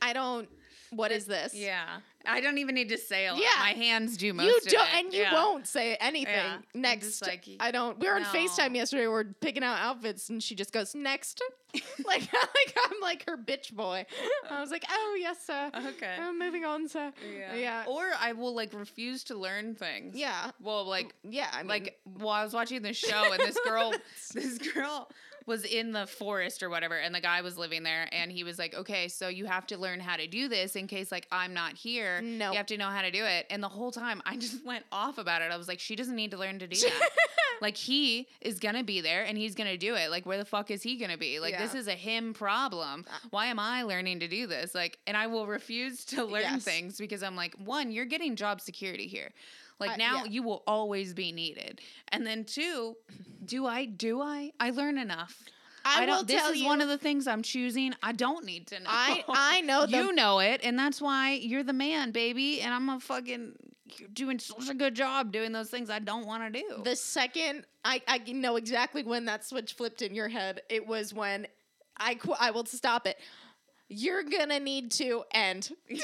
Speaker 1: i don't what is this
Speaker 2: Yeah. I don't even need to say a lot.
Speaker 1: Yeah.
Speaker 2: My hands do most
Speaker 1: you
Speaker 2: of
Speaker 1: don't,
Speaker 2: it.
Speaker 1: and you
Speaker 2: Yeah.
Speaker 1: won't say anything
Speaker 2: Yeah. I'm
Speaker 1: next.
Speaker 2: just like,
Speaker 1: I don't. We were on
Speaker 2: no.
Speaker 1: Facetime yesterday. We are picking out outfits, and she just goes next. like, like I'm like her bitch boy. I was like, oh yes, sir.
Speaker 2: Okay.
Speaker 1: I'm moving on, sir.
Speaker 2: Yeah.
Speaker 1: yeah,
Speaker 2: Or I will like refuse to learn things.
Speaker 1: yeah.
Speaker 2: Well, like
Speaker 1: Yeah, I mean,
Speaker 2: like well, I was watching this show and this girl this girl was in the forest or whatever and the guy was living there and he was like, "Okay, so you have to learn how to do this in case like I'm not here.
Speaker 1: Nope.
Speaker 2: You have to know how to do it." And the whole time I just went off about it. I was like, "She doesn't need to learn to do that." like he is going to be there and he's going to do it. Like where the fuck is he going to be? Like this
Speaker 1: Yeah. Uh,
Speaker 2: is a him problem. Why am I learning to do this? Like and I will refuse to learn
Speaker 1: Yes.
Speaker 2: things because I'm like, "One, you're getting job security here." Like
Speaker 1: I-
Speaker 2: now
Speaker 1: Uh, yeah.
Speaker 2: you will always be needed. And then two, do I do I I learn enough?
Speaker 1: I,
Speaker 2: don't
Speaker 1: will
Speaker 2: this
Speaker 1: tell
Speaker 2: is
Speaker 1: you.
Speaker 2: one of the things I'm choosing. I don't need to know.
Speaker 1: I I know the
Speaker 2: you know it, and that's why you're the man, baby. And I'm a fucking you're doing such a good job doing those things I don't want to do.
Speaker 1: the second I I know exactly when that switch flipped in your head. It was when I qu- I will stop it. You're gonna need to end.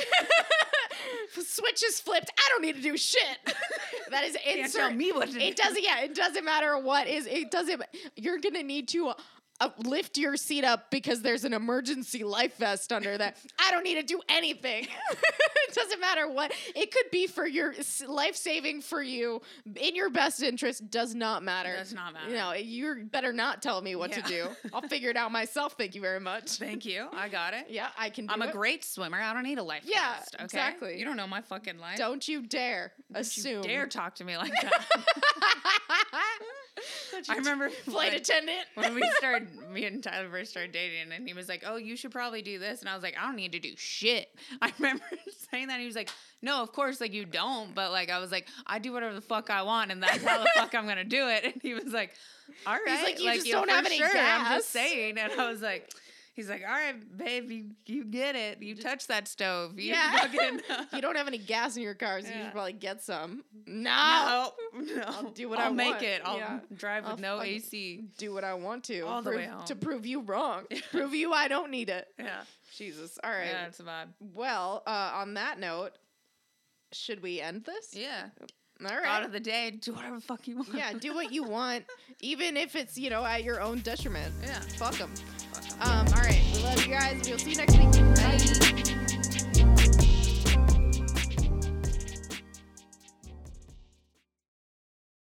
Speaker 1: Switch is flipped. I don't need to do shit. That is
Speaker 2: Can't
Speaker 1: insert.
Speaker 2: tell me what to
Speaker 1: It
Speaker 2: do.
Speaker 1: doesn't. Yeah, it doesn't matter what is. It doesn't. You're gonna need to. Uh, uh, lift your seat up because there's an emergency life vest under that. I don't need to do anything. it doesn't matter what. It could be for your life saving for you in your best interest. Does not matter.
Speaker 2: Does not matter.
Speaker 1: You know, you better not tell me what
Speaker 2: Yeah.
Speaker 1: to do. I'll figure it out myself. Thank you very much.
Speaker 2: Thank you. I got it.
Speaker 1: Yeah, I can. Do
Speaker 2: I'm a
Speaker 1: it.
Speaker 2: great swimmer. I don't need a life
Speaker 1: Yeah,
Speaker 2: vest, Okay?
Speaker 1: exactly.
Speaker 2: You don't know my fucking life.
Speaker 1: Don't you dare assume.
Speaker 2: dare talk to me like that. I remember
Speaker 1: Flight
Speaker 2: when-
Speaker 1: attendant.
Speaker 2: when we started, me and Tyler first started dating, and he was like, "Oh, you should probably do this," and I was like, "I don't need to do shit." I remember saying that. And he was like, "No, of course, like you don't," but like I was like, "I do whatever the fuck I want, and that's how the fuck I'm gonna do it." And he was like, "All right,
Speaker 1: like, "You just don't
Speaker 2: for
Speaker 1: have any
Speaker 2: I'm
Speaker 1: gas."
Speaker 2: just saying, and I was like. He's like, all right, babe, you, you get it. You touch that stove. You
Speaker 1: Yeah.
Speaker 2: fucking.
Speaker 1: you don't have any gas in your car, so you
Speaker 2: Yeah.
Speaker 1: should probably get some. No.
Speaker 2: No, no. I'll
Speaker 1: do what I
Speaker 2: I'll make
Speaker 1: want.
Speaker 2: it. I'll
Speaker 1: Yeah.
Speaker 2: drive with
Speaker 1: I'll
Speaker 2: no
Speaker 1: fucking-
Speaker 2: AC.
Speaker 1: Do what I want to.
Speaker 2: All the
Speaker 1: prove-
Speaker 2: way home.
Speaker 1: To prove you wrong. prove you I don't need it.
Speaker 2: Yeah,
Speaker 1: Jesus. All right.
Speaker 2: yeah, it's a vibe.
Speaker 1: Well, uh, on that note, should we end this?
Speaker 2: Yeah,
Speaker 1: All right.
Speaker 2: out of the day, do whatever the fuck you want.
Speaker 1: yeah, do what you want, even if it's, you know, at your own detriment.
Speaker 2: Yeah.
Speaker 1: Fuck them. Um, all right. We love you guys. We'll see you next week.